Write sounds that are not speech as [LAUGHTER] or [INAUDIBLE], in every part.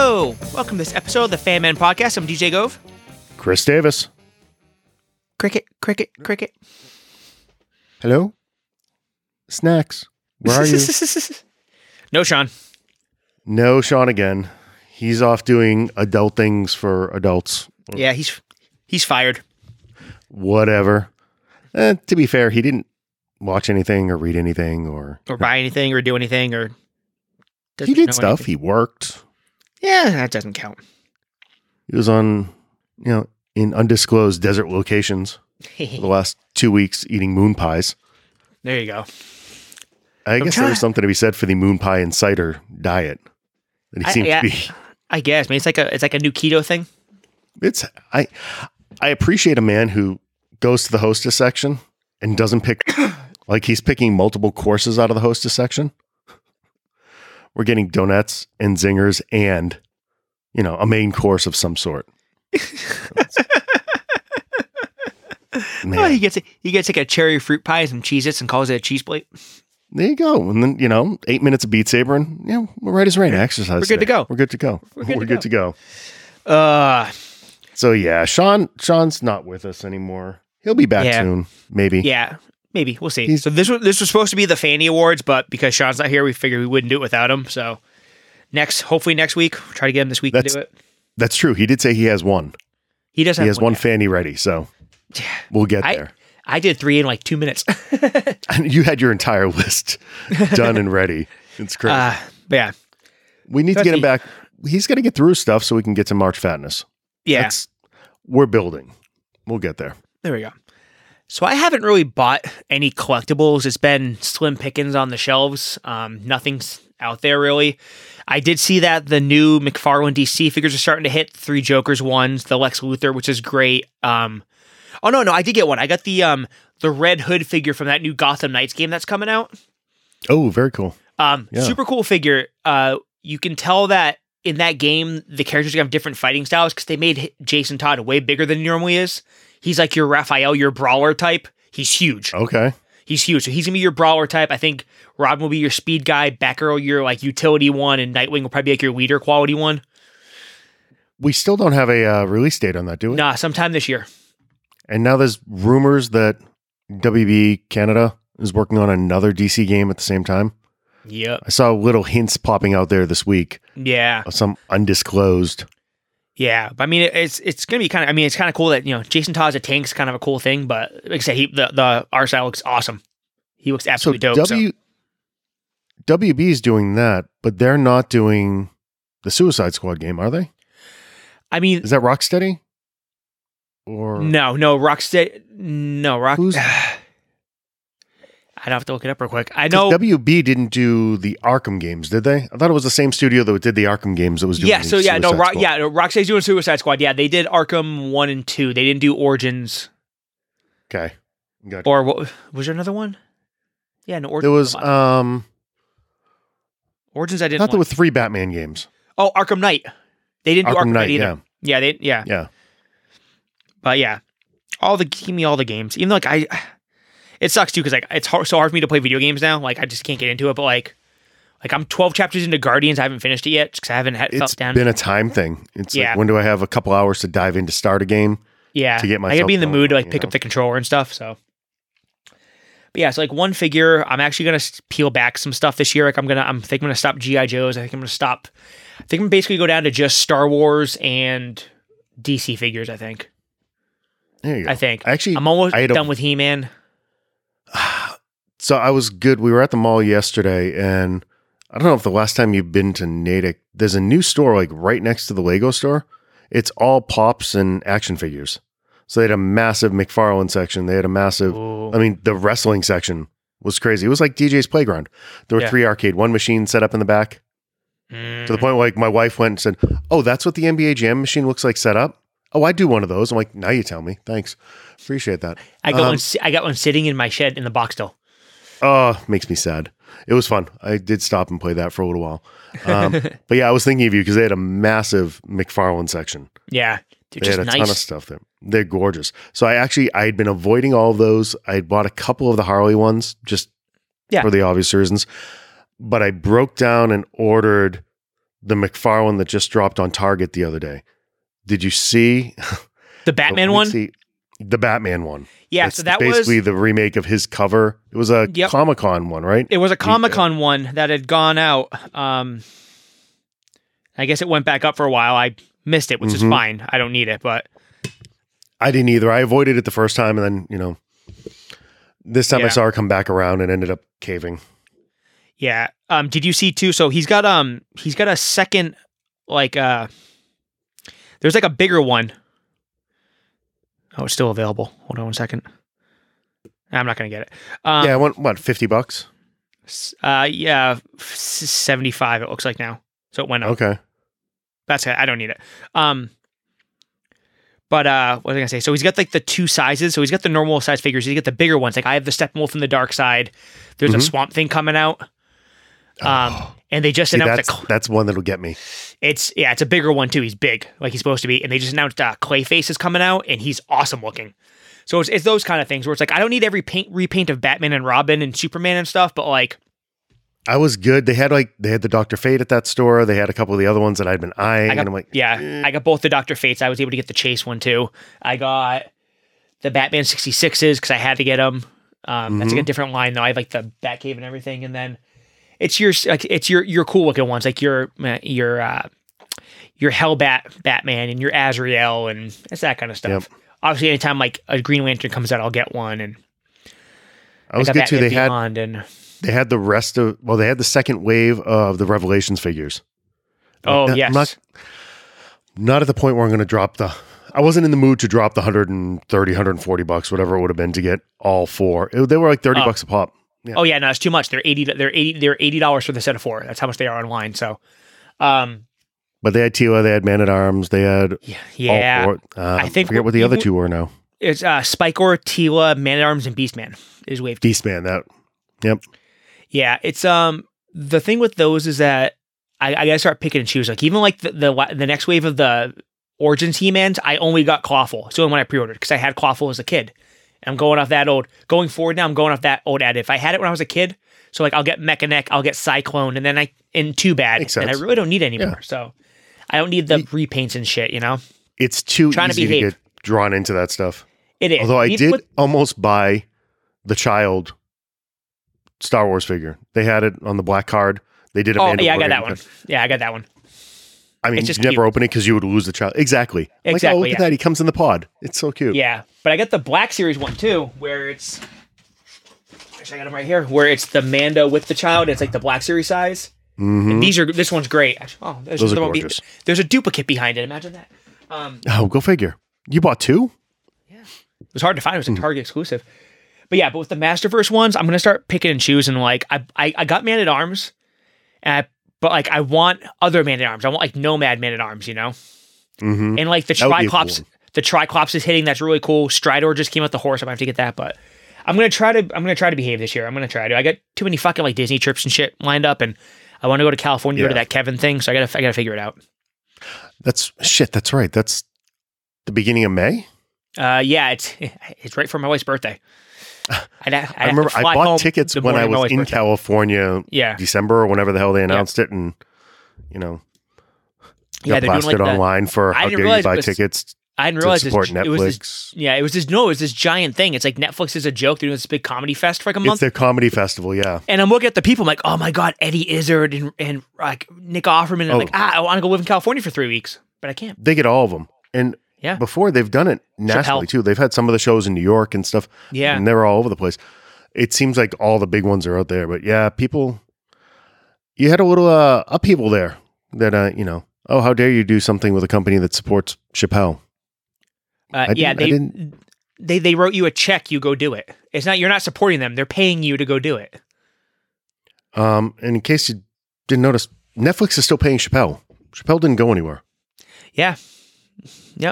Welcome to this episode of the Fan Man Podcast. I'm DJ Gove. Chris Davis. Cricket, cricket, cricket. Hello? Snacks. Where [LAUGHS] are you? [LAUGHS] no, Sean. no, Sean again. He's off doing adult things for adults. Yeah, he's he's fired. Whatever. Eh, to be fair, he didn't watch anything or read anything or Or buy anything or do anything or he doesn't know did stuff. anything. He worked. Yeah, that doesn't count. [LAUGHS] He was on you know, in undisclosed desert locations for the last two weeks eating moon pies. there you go. I guess there trying- was something to be said for the moon pie and cider diet that I- he seemed yeah. to be I guess. I mean it's like a it's like a new keto thing. It's I I appreciate a man who goes to the hostess section and doesn't pick [COUGHS] like he's picking multiple courses out of the hostess section. We're getting donuts and zingers and you know, a main course of some [LAUGHS] sort. Oh, he Man, gets he gets like a cherry fruit pie and some Cheez Its and calls it a cheese plate. there you go. And then, you know, eight minutes of beat sabering. Yeah, we're right as rain. Exercise. We're good to today. go. We're good to go. We're good to go. to go. Uh So yeah, Sean Sean's not with us anymore. He'll be back Yeah. soon, maybe. yeah. Maybe. We'll see. He's- so this was this was supposed to be the Fanny Awards, but because Sean's not here, we figured we wouldn't do it without him. So next hopefully next week. We'll try to get him this week That's- to do it. That's true. He did say he has one. He does He have has one yet. fanny ready, so we'll get I- there. [LAUGHS] I did three in like two minutes. [LAUGHS] you had your entire list done and ready. It's crazy. Uh, but yeah, we need to get him that's back. He's got to get through his stuff so we can get to March Fatness. yeah. That's- we're building. We'll get there. there we go. So I haven't really bought any collectibles. It's been slim pickings on the shelves. Um, nothing's out there really. I did see that the new McFarlane DC figures are starting to hit three Joker's ones, the Lex Luthor, which is great. Um, oh no, no, I did get one. I got the um the Red Hood figure from that new Gotham Knights game that's coming out. Oh, very cool. Um, Yeah. super cool figure. Uh, you can tell that in that game the characters have different fighting styles because they made H- Jason Todd way bigger than he normally is. He's like your Raphael, your brawler type. He's huge. Okay. He's huge. So he's gonna be your brawler type. I think Robin will be your speed guy, Batgirl your like utility one, and Nightwing will probably be like your leader quality one. We still don't have a uh, release date on that, do we? Nah, sometime this year. And now there's rumors that WB Canada is working on another DC game at the same time. Yep. I saw little hints popping out there this week Yeah. of some undisclosed. Yeah, but I mean, it- it's it's gonna be kind of. I mean, it's kind of cool that you know Jason Todd's a tank's kind of a cool thing, but like I said, he the the art style looks awesome. He looks absolutely dope. so- W WB is doing that, but they're not doing the Suicide Squad game, are they? I mean, Is that Rocksteady? Or No, no, Rocksteady. No, Rock. [SIGHS] Who's- I'd have to look it up real quick. I 'Cause know. WB didn't do the Arkham games, did they? I thought it was the same studio that did the Arkham games that was doing. yeah, the so yeah, no, Suicide Rock, Squad. yeah, no, Rocksteady's doing Suicide Squad. Yeah, they did Arkham one and two. They didn't do Origins Okay, gotcha. or what was there another one? Yeah, no, Origins. there was um, Origins. I I didn't. thought there were want. three Batman games. oh, Arkham Knight. They didn't do Arkham Knight, either. yeah, Yeah, they yeah. Yeah. But yeah, all the give me all the games. Even like I, [SIGHS] it sucks too because like it's hard, so hard for me to play video games now. Like I just can't get into it. But like, like I'm 12 chapters into Guardians. I haven't finished it yet because I haven't had, it's felt down. been a time thing. It's Yeah. like when do I have a couple hours to dive in to start a game? yeah, to get I gotta myself be in the going, mood to like you pick know? up the controller and stuff. So, but yeah, so like one figure, I'm actually gonna s- peel back some stuff this year. Like I'm gonna, I'm think I'm gonna stop GI Joes. I think I'm gonna stop. I think I'm basically go down to just Star Wars and DC figures. I think. There you go. I think. Actually, I'm almost I had a- done with He Man. So I was good. We were at the mall yesterday, and I don't know if the last time you've been to Natick, there's a new store like right next to the Lego store. It's all pops and action figures. So they had a massive McFarlane section. They had a massive, I mean, the wrestling section was crazy. It was like DJ's playground. There were Yeah. Mm-hmm. three arcade, one machine set up in the back Mm. to the point where like my wife went and said, "Oh, that's what the NBA Jam machine looks like set up." Oh, I do one of those. I'm like, now you tell me. Thanks, appreciate that. I got um, one. si- I got one sitting in my shed in the box still. Oh, makes me sad. It was fun. I did stop and play that for a little while. [LAUGHS] Um, but yeah, I was thinking of you because they had a massive McFarlane section. Yeah, they're They just had a nice. ton of stuff there. They're gorgeous. So I actually I had been avoiding all of those. I had bought a couple of the Harley ones just Yeah. for the obvious reasons. But I broke down and ordered the McFarlane that just dropped on Target the other day. Did you see [LAUGHS] The Batman Let's one? see. the Batman one. Yeah, It's so that was basically the remake of his cover. It was a Yep. Comic Con one, right? It was a Comic Con one that had gone out. Um, I guess it went back up for a while. I missed it, which is Mhm. fine. I don't need it, but I didn't either. I avoided it the first time, and then you know, this time I Yeah. saw her come back around and ended up caving. yeah. Um, did you see too? So he's got um he's got a second like uh there's like a bigger one. Oh, it's still available. Hold on one second. I'm not gonna get it. Um, yeah, I want what fifty bucks. s- Uh, yeah, seventy five. It looks like now. So it went up. Okay, That's it. I don't need it. Um, but uh, what was I gonna say? So he's got like the two sizes. So he's got the normal size figures. He's got the bigger ones. Like I have the Steppenwolf from the Dark Side. There's Mhm. a Swamp Thing coming out. Um, and they just Oh. See, announced that's a, cl- that's one that'll get me. it's yeah, it's a bigger one too. He's big, like he's supposed to be. And they just announced uh, Clayface is coming out, and he's awesome looking. So it's, it's those kind of things where it's like I don't need every paint repaint of Batman and Robin and Superman and stuff, but like I was good. They had like they had the Doctor Fate at that store. They had a couple of the other ones that I'd been eyeing, I got, and I'm like, "Eh." yeah, I got both the Doctor Fates. I was able to get the Chase one too. I got the Batman 66s because I had to get them. Um, That's Mm-hmm. like a different line though. I have like the Batcave and everything, and then it's your like it's your your cool looking ones like your uh, your uh, your Hellbat Batman and your Azrael and it's that kind of stuff. Obviously, anytime like a Green Lantern comes out, I'll get one. And I was got good too. Batman They had Beyond and they had the rest of well, they had the second wave of the Revelations figures. oh Not- yes, not, not at the point where I'm going to drop the. I wasn't in the mood to drop the 130, 140 bucks, whatever it would have been to get all four. It- they were like 30 Oh. bucks a pop. Yeah. Oh yeah, no, it's too much. They're eighty. They're eighty. They're eighty dollars for the set of four. That's how much they are online. So, um, But they had Tila, they had Man at Arms, they had yeah, yeah. all four. Uh, I I think forget what the other even- two were now. It's uh, Spike or Tila, Man at Arms, and Beastman is wave. two. Beastman, that. Yep. Yeah, it's um the thing with those is that I, I gotta start picking and choose. Like even like the the, la- the next wave of the Origins He Man's, I only got Clawful. It's the only one I pre ordered because I had Clawful as a kid. I'm going off that old. Going forward now, I'm going off that old ad. If I had it when I was a kid, so like I'll get Mechanic, I'll get Cyclone, and then I and Too Bad, Makes and I sense. really don't need it anymore. So I don't need the repaints and shit. You know, It's too Trying to easy to, behave. get drawn into that stuff. it is. Although I Even did with- almost buy the child Star Wars figure. They had it on the black card. They did a oh Mandalorian yeah, I got that one. cut. Yeah, I got that one. I mean, It's just you never cute. open it because you would lose the child. Exactly. I'm Like, oh, Exactly, look yeah. at that. He comes in the pod. It's so cute. Yeah, but I got the Black Series one too, where it's. Actually, I got them right here. Where it's the Mando with the child. It's like the Black Series size. Mhm. And these are this one's great. Actually, oh, there's Those are the one be- gorgeous. there's a duplicate behind it. Imagine that. Um, Oh, go figure. You bought two? it was hard to find. It Hmm. was a Target exclusive. But yeah, but with the Masterverse ones, I'm gonna start picking and choosing. Like I, I, I got Man at Arms, and I, but like I want other Man at Arms. I want like Nomad Man at Arms. You know. Mm-hmm. And like the That would be a cool Triclops, one. the Triclops is hitting. That's really cool. Stridor just came out the horse. I might have to get that, but I'm gonna try to. I'm gonna try to behave this year. I'm gonna try to. I got too many fucking like Disney trips and shit lined up, and I want to go to California, go to Yeah. that Kevin thing. So I gotta. I gotta figure it out. That's shit. That's right. That's the beginning of May. Uh, yeah, it's it's right for my wife's [LAUGHS] birthday. I'd, i I remember I bought tickets when I was in California. California, Yeah, December or whenever the hell they announced it, and you know, yeah, they're got doing like blasted the, online for I how didn't dare you realize it buy was- tickets I didn't to realize this, support it was this. Netflix. Yeah, it was this. No, it was this giant thing. It's like Netflix is a joke. They're doing this big comedy fest for like a month. It's their comedy festival. Yeah, And I'm looking at the people, I'm like, oh my god, Eddie Izzard and and like Nick Offerman, and Oh. I'm like, ah, I want to go live in California for three weeks, but I can't. they get all of them, and Yeah. before they've done it nationally too. They've had some of the shows in New York and stuff. Yeah, and they're all over the place. It seems like all the big ones are out there, but yeah, people, you had a little uh, upheaval there that uh, you know, oh, how dare you do something with a company that supports Chappelle? uh, yeah. didn't- I They, they they wrote you a check, you go do it. It's not you're not supporting them; they're paying you to go do it. Um, and in case you didn't notice, Netflix is still paying Chappelle. Chappelle didn't go anywhere. Yeah,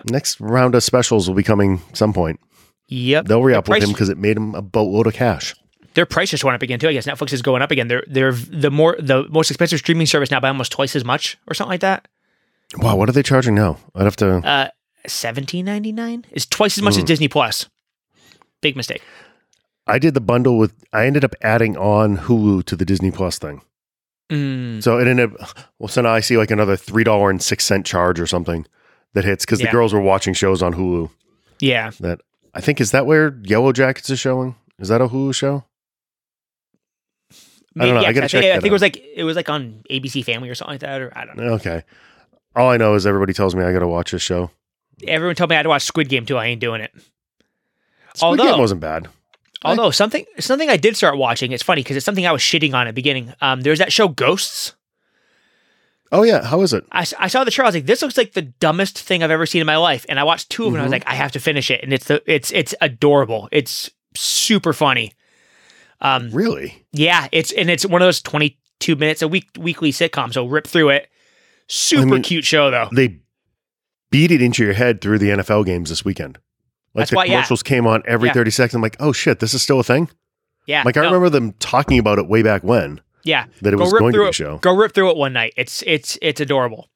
Next round of specials will be coming some point. yep. They'll re up The with price- him because it made him a boatload of cash. Their price just went up again too. I guess Netflix is going up again. They're they're the more the most expensive streaming service now by almost twice as much or something like that. Wow, what are they charging now? I'd have to. Uh, seventeen ninety nine is twice as much Hmm. as Disney Plus. Big mistake. I did the bundle with. I ended up adding on Hulu to the Disney Plus thing. Mm, So it ended up, well, so now I see like another $3.06 charge or something that hits because the Yeah. girls were watching shows on Hulu. yeah. That I think, is that where Yellow Jackets is showing? Is that a Hulu show? I don't know. I Yeah, gotta think, check I that think it was out. like it was like on ABC Family or something like that, or I don't know. Okay. All I know is everybody tells me I got to watch this show. Everyone told me I had to watch Squid Game too. I ain't doing it. Squid Game Although- wasn't bad. I- Although something something I did start watching. It's funny because it's something I was shitting on at the beginning. Um, there's that show Ghosts. Oh, yeah. How is it? I, s- I saw the trailer. I was like, this looks like the dumbest thing I've ever seen in my life. And I watched two of them. And I was Mhm. like, I have to finish it. And it's the it's it's adorable. It's super funny. Um, Really? yeah, it's and it's one of those twenty two minutes a week weekly sitcom. So rip through it. Super mean- cute show though. They beat it into your head through the NFL games this weekend. Like That's the why- yeah. commercials came on every Yeah. 30 seconds. I'm like, oh shit, this is still a thing? Yeah, Like, I no, remember them talking about it way back when Yeah, that it Go was rip going to through be a it. show. go rip through it one night. It's it's it's adorable.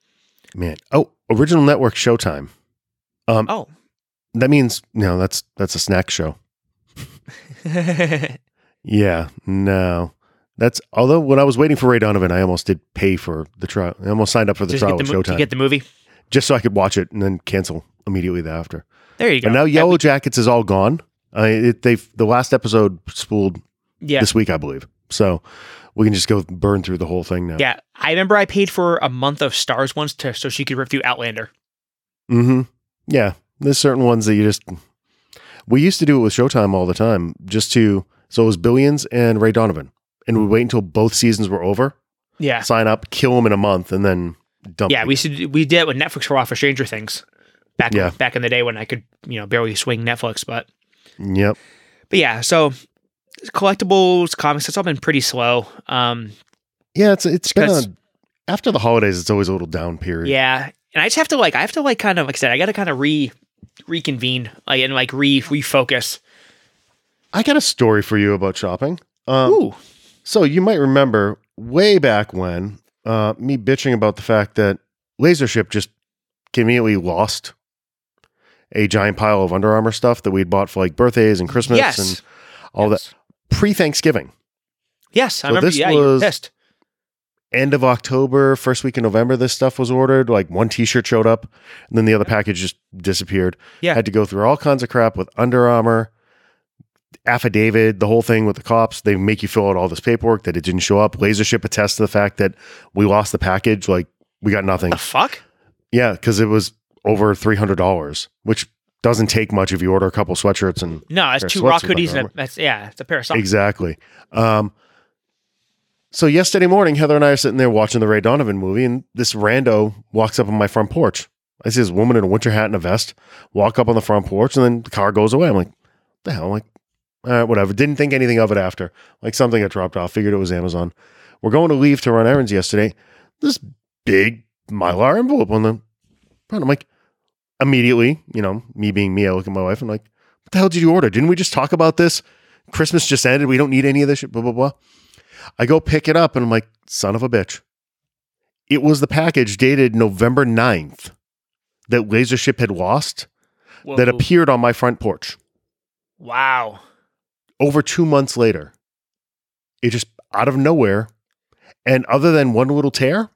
Man. Oh, original network Showtime. Um, [LAUGHS] Oh, That means, no, that's that's a snack show. yeah, Yeah, no. That's although when I was waiting for Ray Donovan, I almost did pay for the trial. I almost signed up for the just trial get the, with mo- to Showtime get the movie. just so I could watch it and then cancel immediately thereafter. There you go. And now That- Yellow Jackets is all gone. I it, they've the last episode spooled yeah, this week, I believe. So we can just go burn through the whole thing now. yeah. I remember I paid for a month of Stars once to so she could rip through Outlander. Mm-hmm. Yeah. There's certain ones that you just we used to do it with Showtime all the time, just to so it was Billions and Ray Donovan, and we'd wait until both seasons were over, Yeah, sign up, kill them in a month, and then dump. yeah. people. We should we did it with Netflix for a while for Stranger Things. Back Yeah. back in the day when I could you know barely swing Netflix, but Yep. but yeah. So collectibles, comics, it's all been pretty slow. Um, Yeah, it's it's been Because- a, after the holidays. It's always a little down period. Yeah, and I just have to like I have to like kind of like I said I got to kind of re reconvene like, and like re refocus. I got a story for you about shopping. Um, Ooh, so you might remember way back when uh, me bitching about the fact that Lasership just conveniently lost a giant pile of Under Armour stuff that we'd bought for like birthdays and Christmas yes, and all yes. that pre Thanksgiving, Yes, I So remember. this yeah, you were was- pissed. end of October, first week in November. This stuff was ordered. Like one T-shirt showed up, and then the other package just disappeared. Yeah. had to go through all kinds of crap with Under Armour affidavit, the whole thing with the cops. They make you fill out all this paperwork that it didn't show up. Lasership attests to the fact that we lost the package. Like we got nothing. The fuck? Yeah, because it was over three hundred dollars, which doesn't take much if you order a couple sweatshirts and No, that's Pair of two rock sweats with Under hoodies and a, Armour. that's yeah, it's a pair of socks. exactly. Um, so yesterday morning, Heather and I are sitting there watching the Ray Donovan movie, and this rando walks up on my front porch. I see this woman in a winter hat and a vest walk up on the front porch, and then the car goes away. I'm like, the hell? I'm like, all right, whatever. Didn't think anything of it after. Like something got dropped off. Figured it was Amazon. We're going to leave to run errands yesterday. This big mylar envelope on the front. I'm like, immediately, you know, me being me, I look at my wife. I'm like, what the hell did you order? Didn't we just talk about this? Christmas just ended. We don't need any of this shit. Blah blah blah. I go pick it up and I'm like, son of a bitch. It was the package dated November 9th that Lasership had lost Whoa. that appeared on my front porch wow. over two months later. It just out of nowhere. And other than one little tear,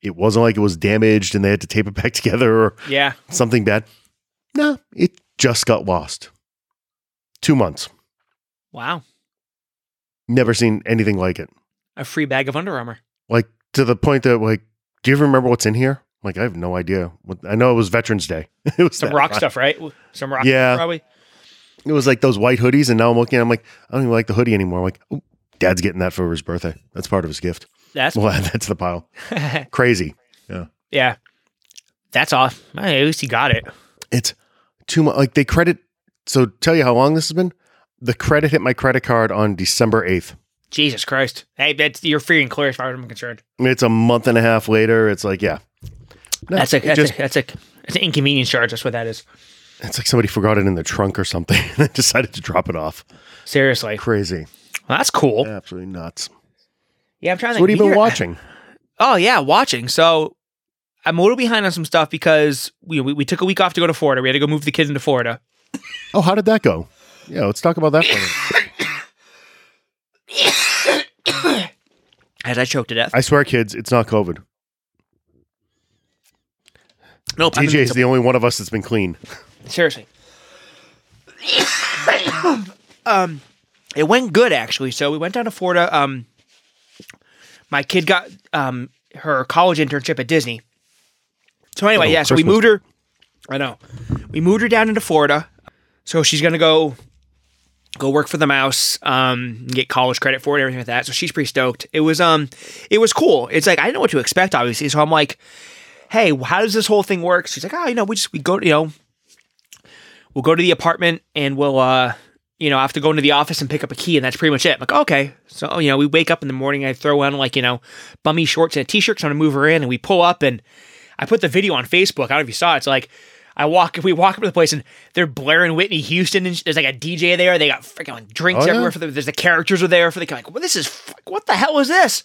it wasn't like it was damaged and they had to tape it back [LAUGHS] together or Yeah. something bad. No, it just got lost. Two months. Wow. Never seen anything like it. A free bag of Under Armour. like to the point that like do you even remember what's in here like i have no idea what, i know it was veterans day [LAUGHS] it was Some that- rock stuff, right? Some rock Yeah. stuff, probably. it was like those white hoodies and now i'm looking i'm like i don't even like the hoodie anymore I'm like "Ooh, dad's getting that for his birthday that's part of his gift [LAUGHS] That's well that's the pile crazy [LAUGHS] yeah. That's off. Hey, at least he got it. it's too much like they credit so tell you how long this has been the credit hit my credit card on december 8th Jesus Christ. Hey, that's you're free and clear as far as I'm concerned. it's a month and a half later it's like yeah No, That's a it that's, just- a that's a that's an inconvenience charge. That's what that is. it's like somebody forgot it in the trunk or something [LAUGHS] and decided to drop it off Seriously. crazy Well, that's cool. Yeah, absolutely nuts I'm trying to. so what have you been here- watching Oh yeah, watching. So I'm a little behind on some stuff because we we, we took a week off to go to Florida. We had to go move the kids into Florida. Oh, how did that go? [LAUGHS] Yeah, let's talk about that. For a minute. I as I choked to death. I swear, kids, it's not COVID. nope, I'm DJ is the only one of us that's been clean. Seriously. [COUGHS] um, it went good actually. So we went down to Florida. Um, my kid got um her college internship at Disney. So anyway, Oh, yeah. So we Christmas. moved her. I know. We moved her down into Florida. So she's gonna go go work for the mouse, um, and get college credit for it, and everything like that. So she's pretty stoked. It was um, it was cool. It's like I didn't know what to expect, obviously. So I'm like, hey, how does this whole thing work? She's like, oh, you know, we just we go, you know, we'll go to the apartment and we'll uh you know, I have to go into the office and pick up a key, and that's pretty much it. I'm like, okay. So, oh, you know, we wake up in the morning, I throw on like, you know, bummy shorts and a t shirt, so I'm gonna move her in, and we pull up, and I put the video on Facebook. I don't know if you saw it. It's like, I walk, we walk up to the place, and they're blaring Whitney Houston, and sh- there's like a DJ there. They got freaking drinks Oh, yeah? everywhere for the, there's the characters are there for the, like, well, this is, f- what the hell is this?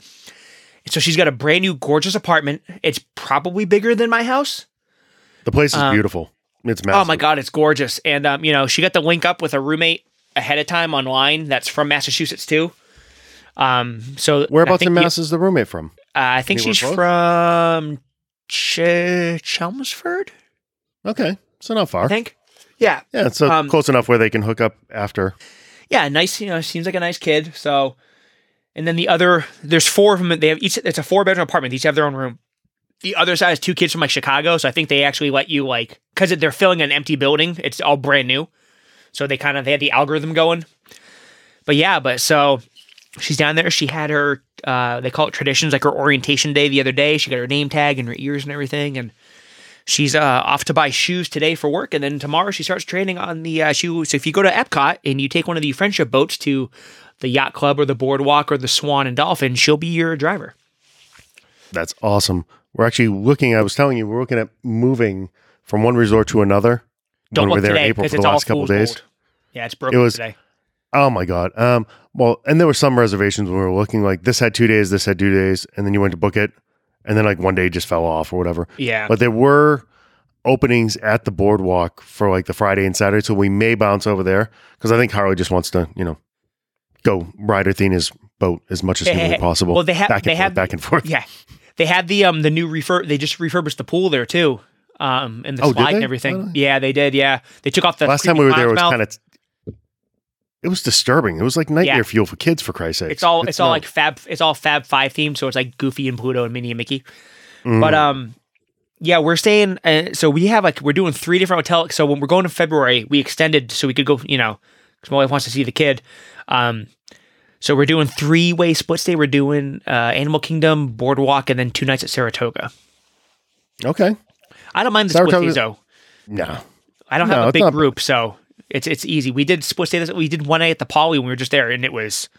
So she's got a brand new, gorgeous apartment. It's probably bigger than my house. The place is beautiful. It's massive. Um, Oh my god, it's gorgeous. And um, you know, she got to link up with a roommate ahead of time online. That's from Massachusetts too. Um, so I Whereabouts think in you- Mass is the roommate from? uh, I think Anywhere she's close? from Ch- Chelmsford. Okay, so not far. I think. Yeah, Yeah, so Um, close enough where they can hook up after. yeah, nice. You know, seems like a nice kid. So, and then the other, there's four of them. They have each. It's a four bedroom apartment. They each have their own room. The other side is two kids from like Chicago. So I think they actually let you like because they're filling an empty building. It's all brand new. So they kind of they had the algorithm going. But yeah, but so she's down there. She had her. Uh, they call it traditions, like her orientation day the other day. She got her name tag and her ears and everything, and she's uh, off to buy shoes today for work, and then tomorrow she starts training on the uh, shoe. So if you go to Epcot and you take one of the friendship boats to the yacht club or the boardwalk or the Swan and Dolphin, she'll be your driver. That's awesome. We're actually looking. I was telling you, we're looking at moving from one resort to another. Don't when look we're there in today April because for it's the all last couple fool's days. gold. Yeah, it's broken It was- today. Oh my god. Um. Well, and there were some reservations when we were looking. Like this had two days, this had two days, and then you went to book it, and then like one day just fell off or whatever. Yeah, But there were openings at the boardwalk for like the Friday and Saturday, so we may bounce over there because I think Harley just wants to, you know, go ride Athena's boat as much as humanly possible. Well, they have- back and they forth, have- back and forth. yeah. They had the um the new refurb. They just refurbished the pool there too. Um, and the Oh, did slide and they? everything. Really? Yeah, they did. Yeah, they took off the Last time creepy we were there it was clown's mouth. kind of. It was disturbing. It was like nightmare fuel for kids, for Christ's sake. It's all it's, all like Fab it's all Fab Five themed, so it's like Goofy and Pluto and Minnie and Mickey. But um, yeah, we're staying. Uh, so we have like we're doing three different hotel. So when we're going in February, we extended so we could go. You know, because my wife wants to see the kid. Um, so we're doing three way splits. Day we're doing uh, Animal Kingdom, Boardwalk, and then two nights at Saratoga. okay. I don't mind the split days Saratoga's- though. No, I don't No, have a it's big not- group, so it's it's easy. We did split days. We did one night at the Poly when we were just there, and it was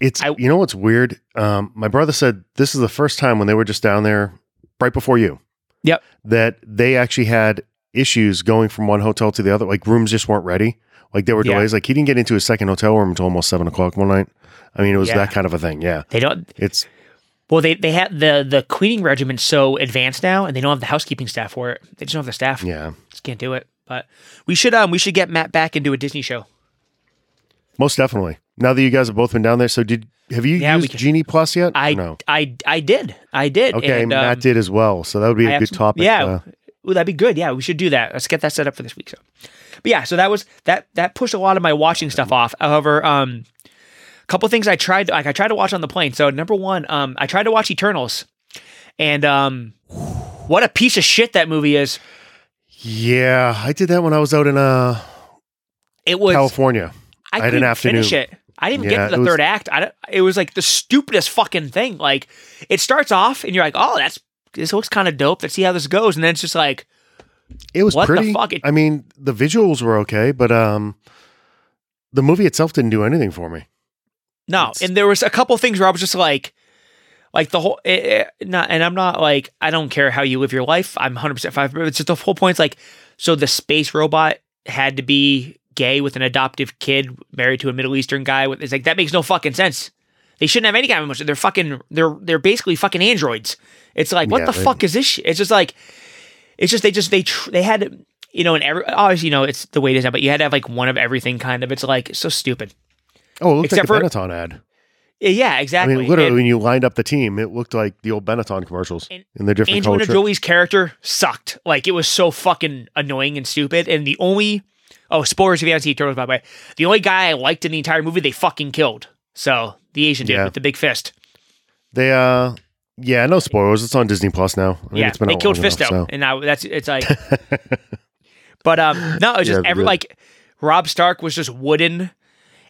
It's I- you know what's weird. Um, my brother said this is the first time when they were just down there right before you. Yep. That they actually had issues going from one hotel to the other. Like rooms just weren't ready. Like there were Yeah. delays. Like he didn't get into his second hotel room until almost seven o'clock one night. I mean, it was Yeah. that kind of a thing. Yeah. they don't It's Well, they they had the the cleaning regiment's so advanced now, and they don't have the housekeeping staff for it. They just don't have the staff. yeah. just can't do it. But we should um we should get Matt back and do a Disney show. Most definitely. Now that you guys have both been down there, so did have you Yeah, we used can- Genie Plus yet? I no. I I did I did. Okay, and, um, Matt did as well. So that would be I a have good some- topic. Yeah, uh, Ooh, that'd be good. Yeah, we should do that. Let's get that set up for this week. So, but yeah, so that was that that pushed a lot of my watching stuff off. However, um, a couple things I tried like I tried to watch on the plane. So number one, um, I tried to watch Eternals, and um, what a piece of shit that movie is. yeah. I did that when I was out in uh, It was California. I I, had an couldn't finish afternoon. it. I didn't Yeah, get to it the was- third act. I don't- it was like the stupidest fucking thing. Like it starts off and you're like, oh, that's this looks kind of dope. Let's see how this goes, and then it's just like, It was What the pretty. fuck? It- I mean, the visuals were okay, but um, the movie itself didn't do anything for me. no. It's- And there was a couple things where I was just like, like the whole, eh, eh, not, and I'm not like, I don't care how you live your life. I'm 100 percent fine. But it's just the whole point's like, so the space robot had to be gay with an adoptive kid married to a Middle Eastern guy. With it's like that makes no fucking sense. They shouldn't have any kind of emotion. They're fucking. They're they're basically fucking androids. It's like what Yeah, the they- fuck is this? Shit? It's just like, it's just they just they tr- they had you know and every obviously you know it's the way it is now, but you had to have like one of everything kind of. It's like so stupid. Oh, it looked Except like for- a Benetton ad. Yeah, I exactly. mean, literally, And when you lined up the team, it looked like the old Benetton commercials And in the different Angelina color. shirt. Jolie's character sucked. Like it was so fucking annoying and stupid. And the only oh spoilers if you haven't seen Turtles, by the way, the only guy I liked in the entire movie they fucking killed. So the Asian dude Yeah. with the big fist. They, uh, yeah, no spoilers. It's on Disney Plus now. I mean, yeah, it's been they out killed long enough, Fisto, so. and I, that's it's [LAUGHS] like. but um, no, it's Yeah, just it'd be every good. like Rob Stark was just wooden,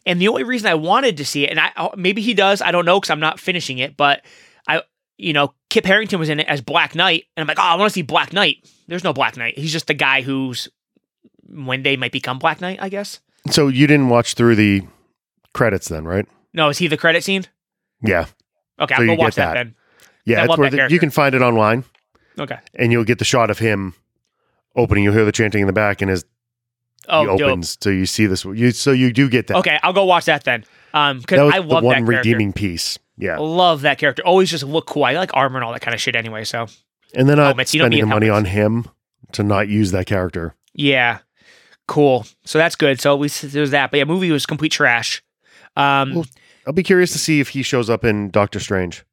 and the only reason I wanted to see it, and I oh, maybe he does, I don't know, because I'm not finishing it, but I, you know, Kip Harrington was in it as Black Knight, and I'm like, oh, I want to see Black Knight. There's no Black Knight. He's just the guy who's one day might become Black Knight, I guess. So you didn't watch through the credits then, right? No, is he the credit scene? Yeah. Okay, So I'll go you get watch that, that. then. I Yeah, it's love worth that it. you can find it online Okay. and you'll get the shot of him opening. You'll hear the chanting in the back and as he Oh, dope. opens, so you see this. You, so you do get that. Okay, I'll go watch that then. Um, because that was I love the one that character. redeeming piece. Yeah. Love that character. Always just look cool. I like armor and all that kind of shit anyway. So And then not helmets. Oh, You don't spending need the money on helmets. him to not use that character. yeah, cool. So that's good. So at least there's that. But yeah, movie was complete trash. Um, Well, I'll be curious to see if he shows up in Doctor Strange.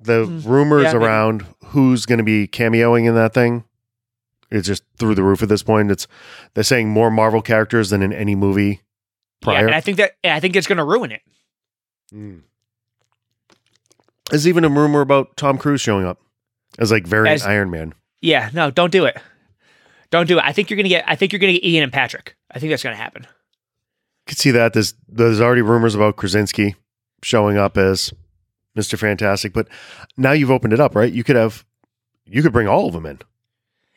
The Mm, rumors yeah, maybe. around who's going to be cameoing in that thing is just through the roof at this point. It's they're saying more Marvel characters than in any movie yeah, prior. and I think that and I think it's gonna ruin it. Mm. There's even a rumor about Tom Cruise showing up as like variant As- Iron Man. Yeah, no, don't do it. Don't do it. I think you're gonna get. I think you're gonna get Ian and Patrick. I think that's gonna happen. Could see that. There's there's already rumors about Krasinski showing up as Mister Fantastic, but now you've opened it up, right? You could have you could bring all of them in.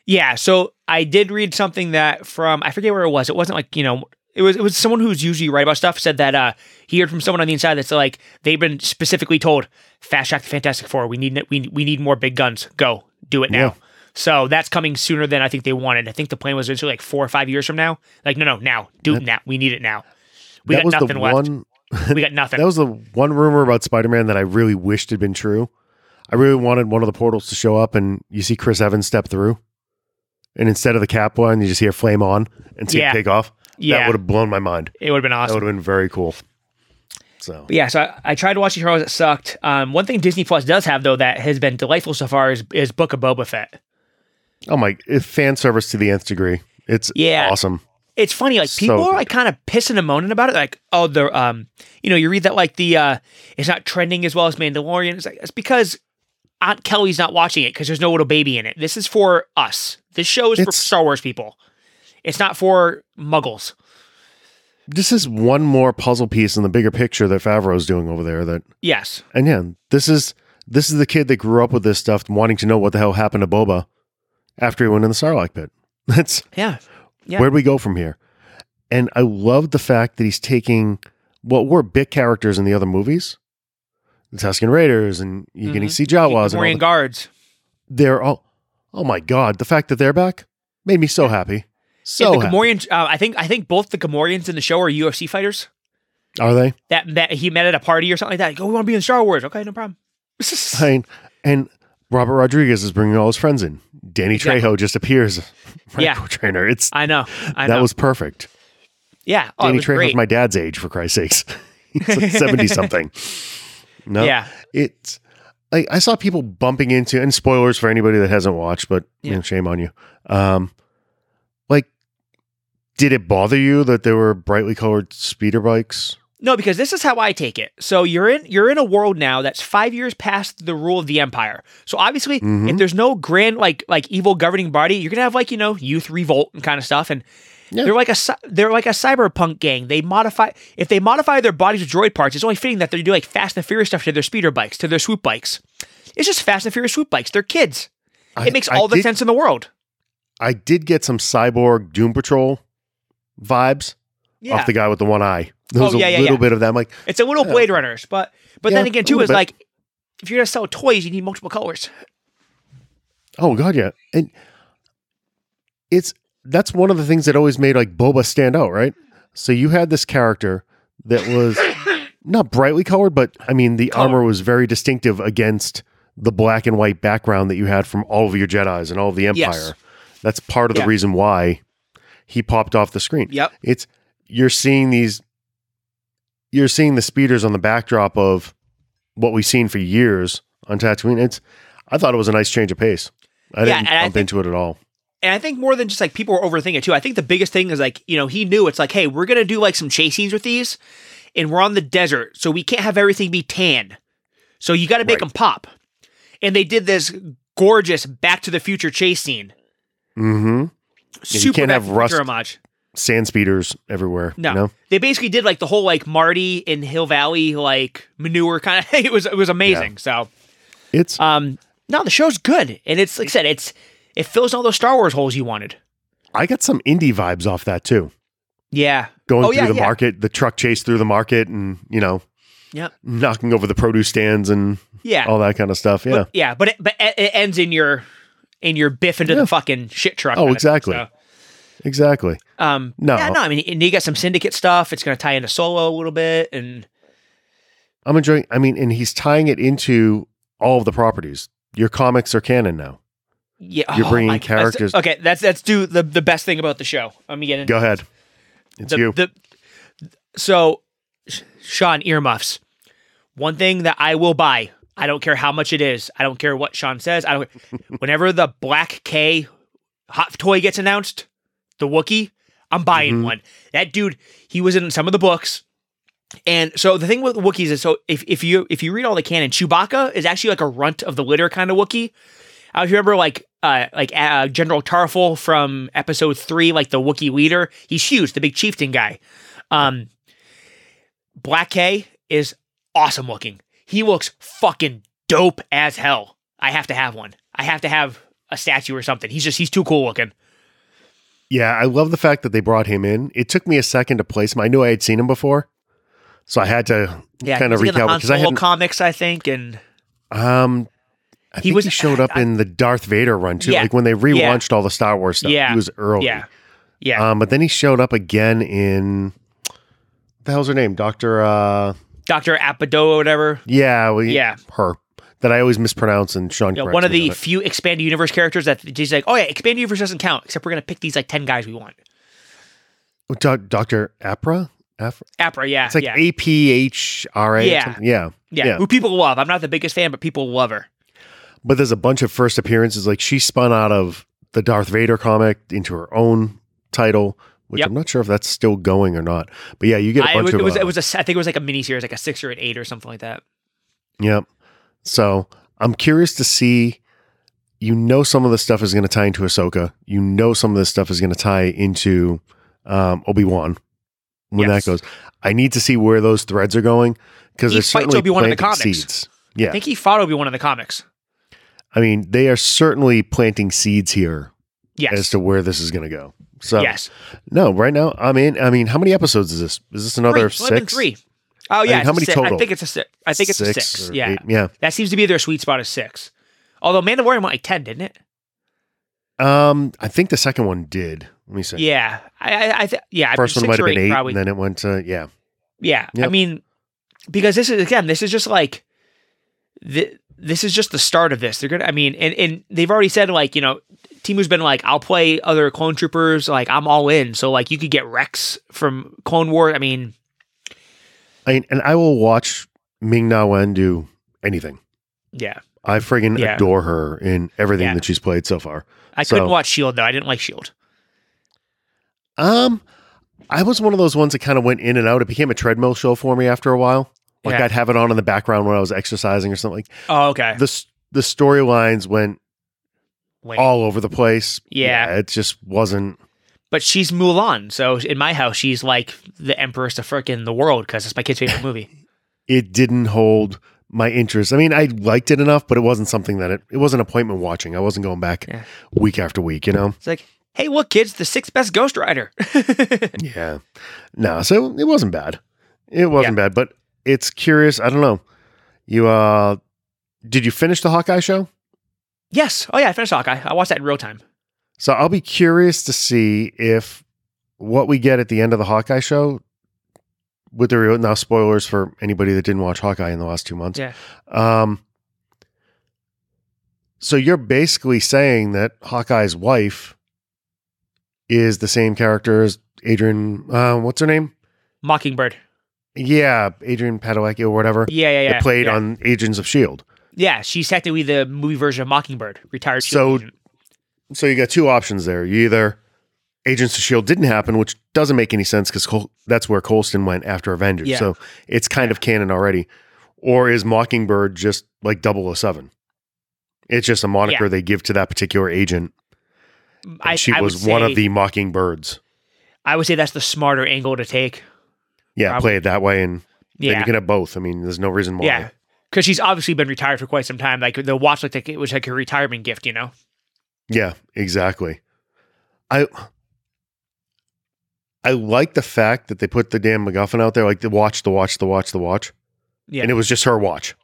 Yeah. So I did read something that from I forget where it was. It wasn't like you know. It was it was someone who's usually right about stuff said that uh he heard from someone on the inside that's like they've been specifically told fast track the Fantastic Four we need we we need more big guns go do it now Yeah. so that's coming sooner than I think they wanted I think the plan was initially like four or five years from now like no no now do it now we need it now we that got was nothing the left one. we got nothing [LAUGHS] That was the one rumor about Spider Man that I really wished had been true. I really wanted one of the portals to show up, and you see Chris Evans step through, and instead of the cap one, you just hear flame on and see Yeah. it take off. yeah That would have blown my mind. it would have been awesome That would have been very cool. So But yeah, so I, I tried to watch the Heroes. It sucked. Um, one thing Disney Plus does have though that has been delightful so far is is Book of Boba Fett. Oh my! It, fan service to the nth degree. It's Yeah. awesome. It's funny, like So people are good. like kind of pissing and moaning about it. Like, oh, the um, you know, you read that like the uh, it's not trending as well as Mandalorian. It's like it's because Aunt Kelly's not watching it because there's no little baby in it. This is for us. This show is for It's- Star Wars people. It's not for Muggles. This is one more puzzle piece in the bigger picture that Favreau's doing over there. That Yes, and yeah, this is this is the kid that grew up with this stuff, wanting to know what the hell happened to Boba after he went in the Sarlacc pit. [LAUGHS] That's yeah, Yeah. where do we go from here? And I love the fact that he's taking what were bit characters in the other movies, the Tusken Raiders and you can Mhm. see Jawas and all Mandalorian that. guards. they're all. Oh my god! The fact that they're back made me so happy. So yeah, the happy. Gamorrean. Uh, I think I think both the Gamorreans in the show are UFC fighters. are they? that met he met at a party or something like that. Like, oh, we want to be in Star Wars. Okay, no problem. [LAUGHS] I mean, and Robert Rodriguez is bringing all his friends in. Danny Exactly. Trejo just appears. [LAUGHS] My Yeah. co-trainer. It's I know. I that know. was perfect. yeah. Oh, it Danny was Trejo's great. my dad's age, for Christ's sakes. [LAUGHS] [LAUGHS] He's like seventy something. No, Yeah. it's like I saw people bumping into, and spoilers for anybody that hasn't watched, but you Yeah. know, shame on you. Um, like, did it bother you that there were brightly colored speeder bikes? No, because this is how I take it. So you're in you're in a world now that's five years past the rule of the Empire. So obviously, Mhm. if there's no grand like like evil governing body, you're gonna have like you know youth revolt and kind of stuff. And Yeah. they're like a cy- they're like a cyberpunk gang. They modify if they modify their bodies with droid parts, it's only fitting that they do like Fast and the Furious stuff to their speeder bikes, to their swoop bikes. It's just Fast and the Furious swoop bikes. They're kids. I- It makes I all the did- sense in the world. I did get some cyborg Doom Patrol vibes Yeah. off the guy with the one eye. There Oh, was a yeah, yeah, little yeah. bit of that. I'm like, It's a little Yeah. Blade Runners, but but Yeah, then again, a too, little is bit. like if you're gonna sell toys, you need multiple colors. oh god, yeah, and it's that's one of the things that always made like Boba stand out, right? So you had this character that [LAUGHS] was not brightly colored, but I mean the Colored. armor was very distinctive against the black and white background that you had from all of your Jedi's and all of the Empire. Yes. That's part of Yeah. the reason why he popped off the screen. Yep. It's you're seeing these you're seeing the speeders on the backdrop of what we've seen for years on Tatooine. It's I thought it was a nice change of pace. I Yeah, and didn't I bump think- into it at all. And I think more than just like people were overthinking it too. I think the biggest thing is like, you know, he knew it's like, hey, we're gonna do like some chase scenes with these, and we're on the desert, so we can't have everything be tan. So you got to make Right. them pop. And they did this gorgeous Back to the Future chase scene. Mm-hmm. you Super can't Back have to the Future rust. homage. Sand speeders everywhere. No. You know? They basically did like the whole like Marty in Hill Valley like manure [LAUGHS] kind of. It was it was amazing. So It's um no, the show's good, and it's like I said, it's it fills all those Star Wars holes you wanted. I got some indie vibes off that too. Yeah, Going Oh, through yeah, the yeah. market, the truck chase through the market and, you know, Yep. knocking over the produce stands and yeah. all that kind of stuff. Oh, Yeah. But, yeah, but it, but it, it ends in your in your biff into Yeah. the fucking shit truck. Oh, kind of thing, exactly. so, exactly. um, No. yeah, no. I mean, and you got some syndicate stuff. It's going to tie into Solo a little bit, and I'm enjoying I mean, and he's tying it into all of the properties. Your comics are canon now. yeah, You're oh bringing my- that's- characters- okay, that's that's do the the best thing about the show. Let me get into Go ahead. It's the, you. the so Sh- Sean earmuffs. One thing that I will buy. I don't care how much it is. I don't care what Sean says. I [LAUGHS] don't. Whenever the Black K hot toy gets announced, the Wookie, I'm buying Mhm. one. That dude, he was in some of the books. And so the thing with Wookiees is, so if, if you if you read all the canon, Chewbacca is actually like a runt of the litter kind of Wookiee. I remember like uh like uh, General Tarful from Episode Three, like the Wookiee leader. He's huge, the big chieftain guy. Um, Black K is awesome looking. He looks fucking dope as hell. I have to have one. I have to have a statue or something. He's just he's too cool looking. Yeah, I love the fact that they brought him in. It took me a second to place him. I knew I had seen him before, so I had to Yeah, kind of he's in the recap Han because I Solo had comics, I think, and um. I He think was- he showed up in the Darth Vader run too, Yeah. like when they relaunched all the Star Wars stuff. Yeah. he was early. yeah, yeah. Um, but then he showed up again in what the hell's her name, Doctor. Uh, Doctor Apodo or whatever. yeah, well, Yeah. her that I always mispronounce and Sean. You know, corrects one of me the on it. few expanded universe characters that he's like, oh yeah, expanded universe doesn't count, except we're gonna pick these like ten guys we want. Oh, doc Doctor Apra. Afra? Apra, yeah, It's like yeah, A P H R A. Yeah. Yeah, yeah. yeah, yeah. who people love. I'm not the biggest fan, but people love her. But there's a bunch of first appearances. Like she spun out of the Darth Vader comic into her own title, which Yep. I'm not sure if that's still going or not. But yeah, you get a I- bunch it, was, of it was uh, it was a s- I think it was like a mini series, like a six or an eight or something like that. uh, Yep. So I'm curious to see. You know, some of this stuff is going to tie into Ahsoka. You know, some of this stuff is going to tie into um, Obi Wan when Yes. that goes. I need to see where those threads are going because He there's fights certainly Obi-Wan in the planting comics. seeds. Yeah, I think he fought Obi Wan in the comics. I mean, they are certainly planting seeds here Yes, as to where this is going to go. So yes. no, right now I'm in. I mean, how many episodes is this? Is this another Three. It's only been six? three. Oh mean, yeah, how it's a many six. total? I think it's a six. I think it's a six. or Yeah, eight? yeah. that seems to be their sweet spot is six. Although Mandalorian went like ten, didn't it? Um, I think the second one did. Let me see. Yeah, I, I, I th- yeah, I- First one six might have or been eight, probably. and then it went to yeah. Yeah, I Yep. mean, because this is again, this is just like the, this is just the start of this. They're gonna, I mean, and and they've already said like you know, Timu's been like, I'll play other Clone Troopers, like I'm all in. So like you could get Rex from Clone War. I mean, I mean, and I will watch Ming Na Wen do anything. yeah, I friggin' Yeah. adore her in everything Yeah. that she's played so far. I So- couldn't watch Shield though. I E didn't like Shield. Um, I was one of those ones that kind of went in and out. It became a treadmill show for me after a while. Like Yeah. I'd have it on in the background when I was exercising or something. Like Oh, okay. the s- the storylines went Lame. all over the place. Yeah. it just wasn't. but she's Mulan, so in my house, she's like the empress to frickin' the world because it's my kid's favorite [LAUGHS] movie. It didn't hold my interest. I mean, I liked it enough, but it wasn't something that it, it wasn't appointment watching. I wasn't going back Yeah. week after week. You know. It's like, hey, look, kids, the sixth best Ghost Rider. [LAUGHS] Yeah. No, so it wasn't bad. It wasn't bad, but it's curious. I don't know. You uh did you finish the Hawkeye show? yes. Oh yeah, I finished Hawkeye. I watched that in real time. So I'll be curious to see if what we get at the end of the Hawkeye show with the real now spoilers for anybody that didn't watch Hawkeye in the last two months. Yeah. Um so you're basically saying that Hawkeye's wife is the same character as Adrian uh what's her name? Mockingbird. Yeah, Adrian Padalecki or whatever. Yeah, yeah, that yeah. played yeah. on Agents of Shield. Yeah, she's technically the movie version of Mockingbird, retired. So- So So you got two options there. You either Agents of Shield E didn't happen, which doesn't make any sense because Col- that's where Colston went after Avengers. Yeah. So it's kind of canon already. Or is Mockingbird just like 007? It's just a moniker they give to that particular agent. And I, she I was would say, one of the Mockingbirds. I would say that's the smarter angle to take. Yeah, Probably. play it that way, and then Yeah, you can have both. I mean, there's no reason why. yeah, because she's obviously been retired for quite some time. Like the watch looked like it was like her retirement gift, you know. Yeah, exactly. I I like the fact that they put the damn MacGuffin out there, like the watch, the watch, the watch, the watch, Yeah, and it was just her watch.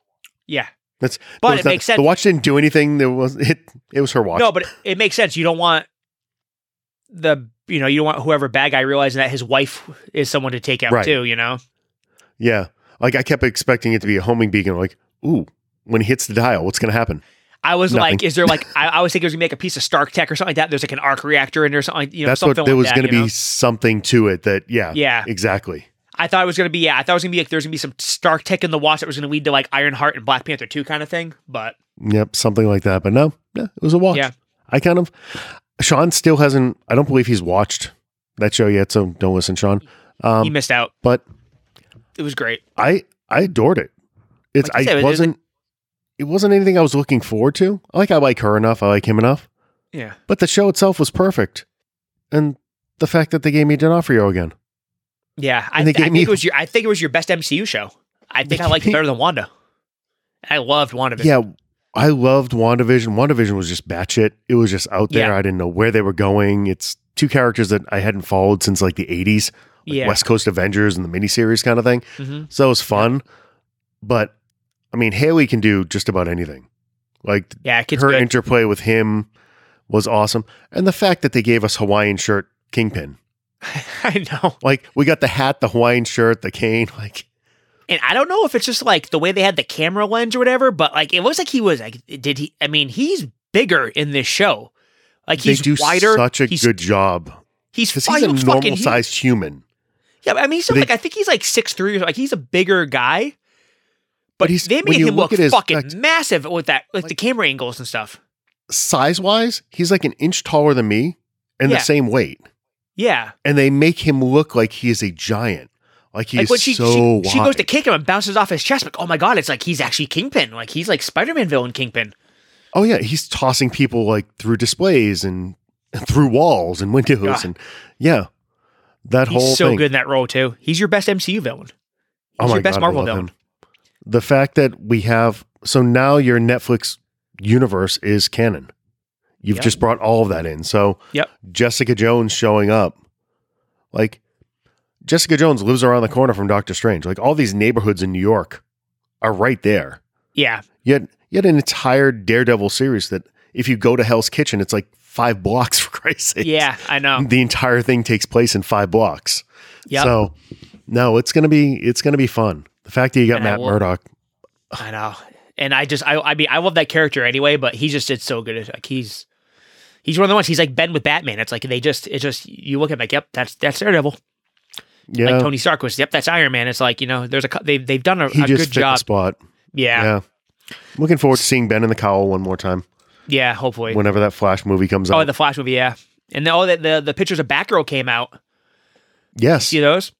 yeah, That's there but was it not- makes sense. The watch didn't do anything. There was [LAUGHS] it. It was her watch. No, but it, it makes sense. You don't want the you know you don't want whoever bad guy realizing that his wife is someone to take out Right. too. You know. yeah, like I kept expecting it to be a homing beacon. Like, ooh, when he hits the dial, what's gonna happen? I was Nothing. like, is there like I, I was thinking it was gonna make a piece of Stark Tech or something like that. There's like an arc reactor in there or something. like- You know, That's what something there like was that, gonna you be know? something to it. That yeah, Yeah, exactly. I thought it was gonna be. Yeah, I thought it was gonna be like there's gonna be some Stark Tech in the watch that was gonna lead to like Ironheart and Black Panther two kind of thing. But Yep, something like that. But no, no, it was a watch. Yeah. I kind of Sean still hasn't I don't believe he's watched that show yet, so don't listen, Sean. he Um missed out. but It was great. I I adored it. It's Like you said, I it- wasn't it wasn't anything I was looking forward to. I like I like her enough, I like him enough. Yeah, But the show itself was perfect. And the fact that they gave me D'Onofrio again. yeah. I, And they th- I think gave me- it was your. I think it was your best MCU show. I think I liked it better than Wanda. I loved WandaVision. Yeah, I loved WandaVision. WandaVision was just batshit. It was just out there. Yeah. I didn't know where they were going. It's two characters that I hadn't followed since like the 80s. like yeah. West Coast Avengers and the miniseries kind of thing. Mhm. So it was fun. But I mean, Haley can do just about anything. Like Yeah, kids her good. interplay with him was awesome. And the fact that they gave us Hawaiian shirt kingpin. [LAUGHS] I know. Like we got the hat, the Hawaiian shirt, the cane. [LAUGHS] Like And I don't know if it's just like the way they had the camera lens or whatever, but like it looks like he was like did he I mean, he's bigger in this show. Like he's they do wider. such a he's, good job. he's, Because fi- he's he a looks normal fucking huge. sized human. Yeah, but I mean he's But they- like I think he's like six three or so. like he's a bigger guy. But, he's- they when made you him look look, at his fucking effect- massive with that with the Like- camera angles and stuff. Size wise, he's like an inch taller than me and Yeah. the same weight. Yeah. And they make him look like he is a giant. Like he's like when she so she, she goes wide. to kick him and bounces off his chest, like, oh my god, it's like he's actually Kingpin. Like he's like Spider Man villain Kingpin. Oh yeah, he's tossing people like through displays and [LAUGHS] through walls and windows God. and yeah, that whole Ah. He's so thing. good in that role too. He's your best MCU villain. oh He's my your best God, I Marvel love villain. him. The fact that we have so now your Netflix universe is canon. You've Yep. just brought all of that in. So Yep. Jessica Jones showing up, like Jessica Jones lives around the corner from Doctor Strange. Like all these neighborhoods in New York are right there. Yeah. You had, you had an entire Daredevil series that if you go to Hell's Kitchen, it's like five [LAUGHS] blocks for Christ's sake. Yeah, I [LAUGHS] know. The entire thing takes place in five blocks. Yep. So no, it's gonna be it's gonna be fun. The fact that you got And I Matt will- Murdock, I know. And I just I I mean I love that character anyway, but he just did so good. Like he's he's one of the ones. He's like Ben with Batman. It's like they just it's just you look at him like yep that's that's Daredevil. yeah, Like Tony Stark was yep that's Iron Man. It's like you know there's a cou- they they've done a, he a just good fit the job. spot. Yeah, yeah Yeah. Looking forward to seeing Ben in the cowl one more time hopefully. whenever that Flash movie comes oh, out. the Flash movie. Yeah. And the, oh, the, the the pictures of Batgirl came out. yes, See those?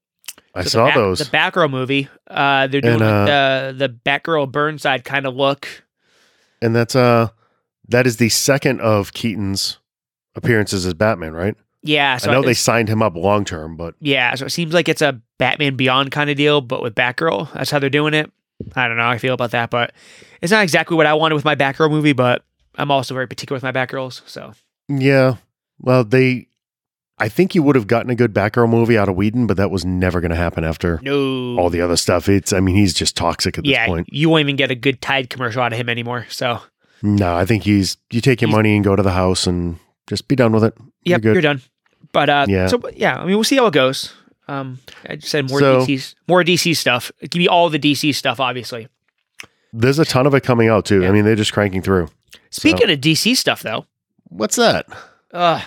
I So the saw Bat- those. The Batgirl movie. Uh, they're doing And, like, the the Batgirl Burnside kind of look. and that's uh that is the second of Keaton's appearances as Batman, right? Yeah. So I know they it's- signed him up long term, but Yeah, so it seems like it's a Batman Beyond kind of deal, but with Batgirl. That's how they're doing it. I don't know how I feel about that, but it's not exactly what I wanted with my Batgirl movie, but I'm also very particular with my Batgirls. So, Yeah. Well, they, I think you would have gotten a good Batgirl movie out of Whedon, but that was never going to happen after no. all the other stuff. It's, I mean, he's just toxic at this yeah, point. you won't even get a good Tide commercial out of him anymore. So, No, I think he's, you take your He's- money and go to the house and just be done with it. You're yep, good. you're, done. But, uh, Yeah. so, yeah, I mean, we'll see how it goes. Um, I just said more So- DC's, more DC stuff. Give me all the DC stuff, obviously. There's a ton of it coming out too. Yeah. I mean, they're just cranking through. [LAUGHS] Speaking of DC stuff, though, What's that? Ugh. uh,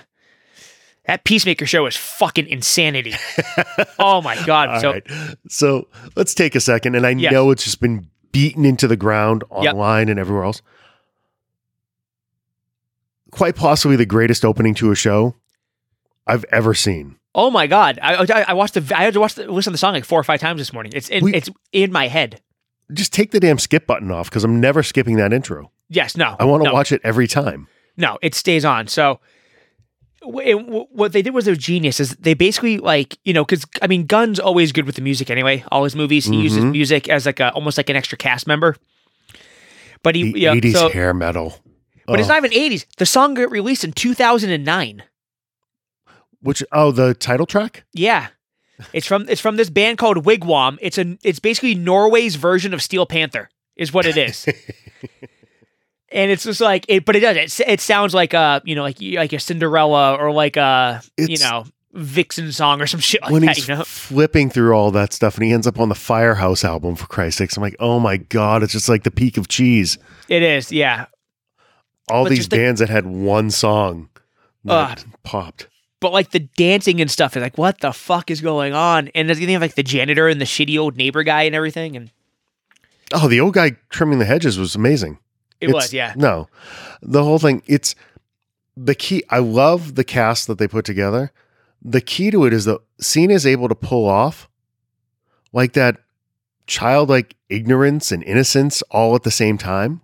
That Peacemaker show is fucking [LAUGHS] insanity. oh my god! All so right. So let's take a second. And I Yes. know it's just been beaten into the ground Yep. online and everywhere else. Quite possibly the greatest opening to a show I've ever seen. oh my god, I, I I watched the I had to watch the, listen to the song like four or five times this morning. It's in, We- it's in my head. Just take the damn skip button off because I'm never skipping that intro. Yes, no. I want to no, watch it every time. No, it stays on. So w- it, w- what they did was they were genius. Is they basically like you know because I mean Gunn's always good with the music anyway. All his movies he uses Mhm. music as like a, almost like an extra cast member. But he The yeah, 80s so, E hair metal. but it's Oh, not even eighties. The song got released in two thousand and nine. Which, oh, the title track? Yeah. It's from it's from this band called Wigwam. It's a it's basically Norway's version of Steel Panther is what it [LAUGHS] is. and it's just like it but it does it, s- it sounds like uh you know like like a Cinderella or like uh, a you It's- know [LAUGHS] vixen song or some [LAUGHS] shit like when that, he's you know. flipping through all that stuff and he ends up on the Firehouse album for Christ's sakes. I'm like, oh my God, it's just like the peak of cheese. It is. Yeah. All But these just the- bands that had one song that popped. But like the dancing and stuff is like what the fuck is going on? And there's you have like the janitor and the shitty old neighbor guy and everything and Oh, the old guy trimming the hedges was amazing. it It's- was, yeah. No, the whole thing. It's the key. I love the cast that they put together. The key to it is that Cena is able to pull off like that childlike ignorance and innocence all at the same time.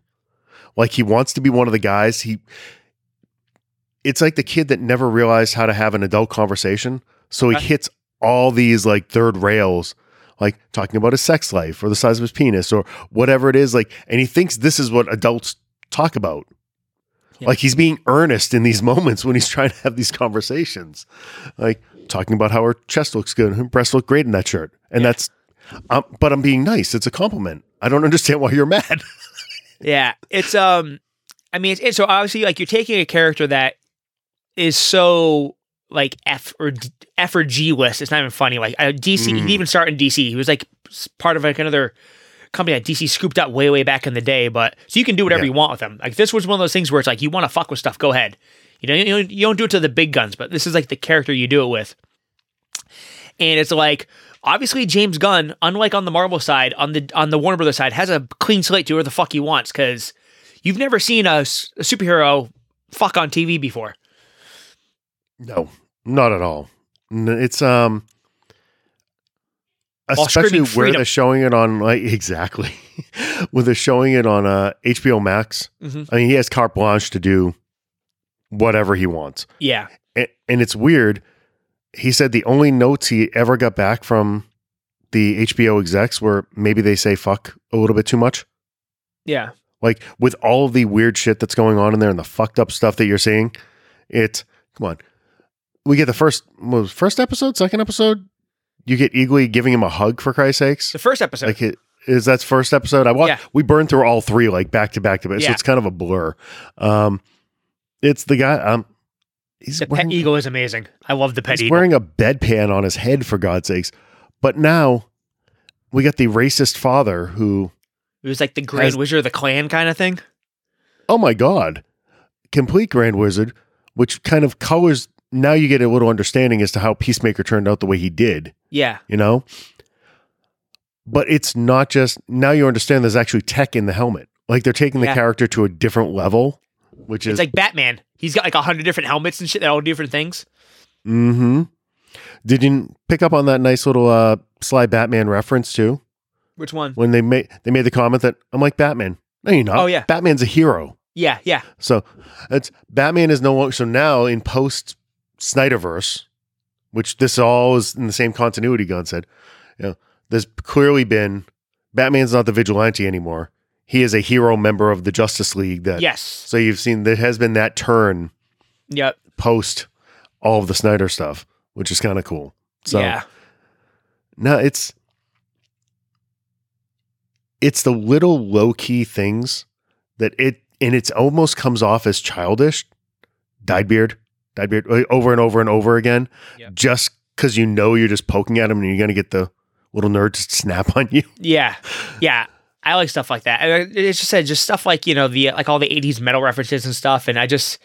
Like he wants to be one of the guys. He, it's like the kid that never realized how to have an adult conversation. So he Okay. hits all these like third rails, like talking about his sex life or the size of his penis or whatever it is. Like, and he thinks this is what adults talk about. Yeah. Like he's being earnest in these [LAUGHS] moments when he's trying to have these conversations, like talking about how her chest looks good, her breasts look great in that shirt, and that's. Um, but I'm being nice. It's a compliment. I don't [LAUGHS] understand why you're mad. yeah it's um i mean it's, it's so obviously like you're taking a character that is so like f or D, f or g list it's not even funny like uh, dc he Mm. didn't even start in dc he was like s- part of like another company that dc scooped up way way back in the day but so you can do whatever Yeah. you want with them like this was one of those things where it's like you want to fuck with stuff go ahead you know you don't, you don't do it to the big guns but this is like the character you do it with and it's like obviously James Gunn, unlike on the Marvel side, on the on the Warner Brothers side, has a clean slate to do whatever the fuck he wants because you've never seen a, s- a superhero fuck on TV before. No, not at all. N- It's um, While especially screaming where freedom. they're showing it on like [LAUGHS] exactly when they're showing it on uh, HBO Max. Mhm. I mean, he has carte blanche to do whatever he wants. Yeah, and, and it's weird. He said the only notes he ever got back from the HBO execs were maybe they say fuck a little bit too much. yeah, Like with all of the weird shit that's going on in there and the fucked up stuff that you're seeing, it's come on. We get the first what was it, first episode, second episode. You get Eagly giving him a hug for Christ's sakes. the first episode. Like it is that's first episode. I watched. Yeah. We burned through all three like back to back to back, so Yeah. it's kind of a blur. Um, it's the guy. Um, he's the wearing- pet eagle is amazing. I love the pet He's eagle. wearing a bedpan on his head, for God's sakes. But now we got the racist father who, it was like the Grand has- Wizard of the Clan kind of thing. oh my God, complete Grand Wizard, which kind of colors. Now you get a little understanding as to how Peacemaker turned out the way he did, Yeah, you know? But it's not just, now you understand there's actually tech in the helmet. Like they're taking the Yeah. character to a different level, which it's is. like Batman. He's got like a hundred different helmets and shit that all do different things. mm hmm. Did you pick up on that nice little uh, Sly Batman reference too? Which one? when they made they made the comment that I'm like Batman. No, you're not. Oh, yeah. Batman's a hero. Yeah, yeah, So it's Batman is no longer. So now in post Snyderverse, which this all is in the same continuity. Gunn said, you know, there's clearly been Batman's not the vigilante anymore. He is a hero member of the Justice League. That yes, So you've seen there has been that turn yep, post all of the Snyder stuff, which is kind of cool. So yeah, no, it's it's the little low key things that it and it's almost comes off as childish. Dyed beard, dyed beard o- over and over and over again, Yep. just because you know you're just poking at him and you're gonna get the little nerd to snap [LAUGHS] on you. yeah, yeah. I like stuff like that. And It's just said just stuff like you know the like all the '80s metal references and stuff, and I just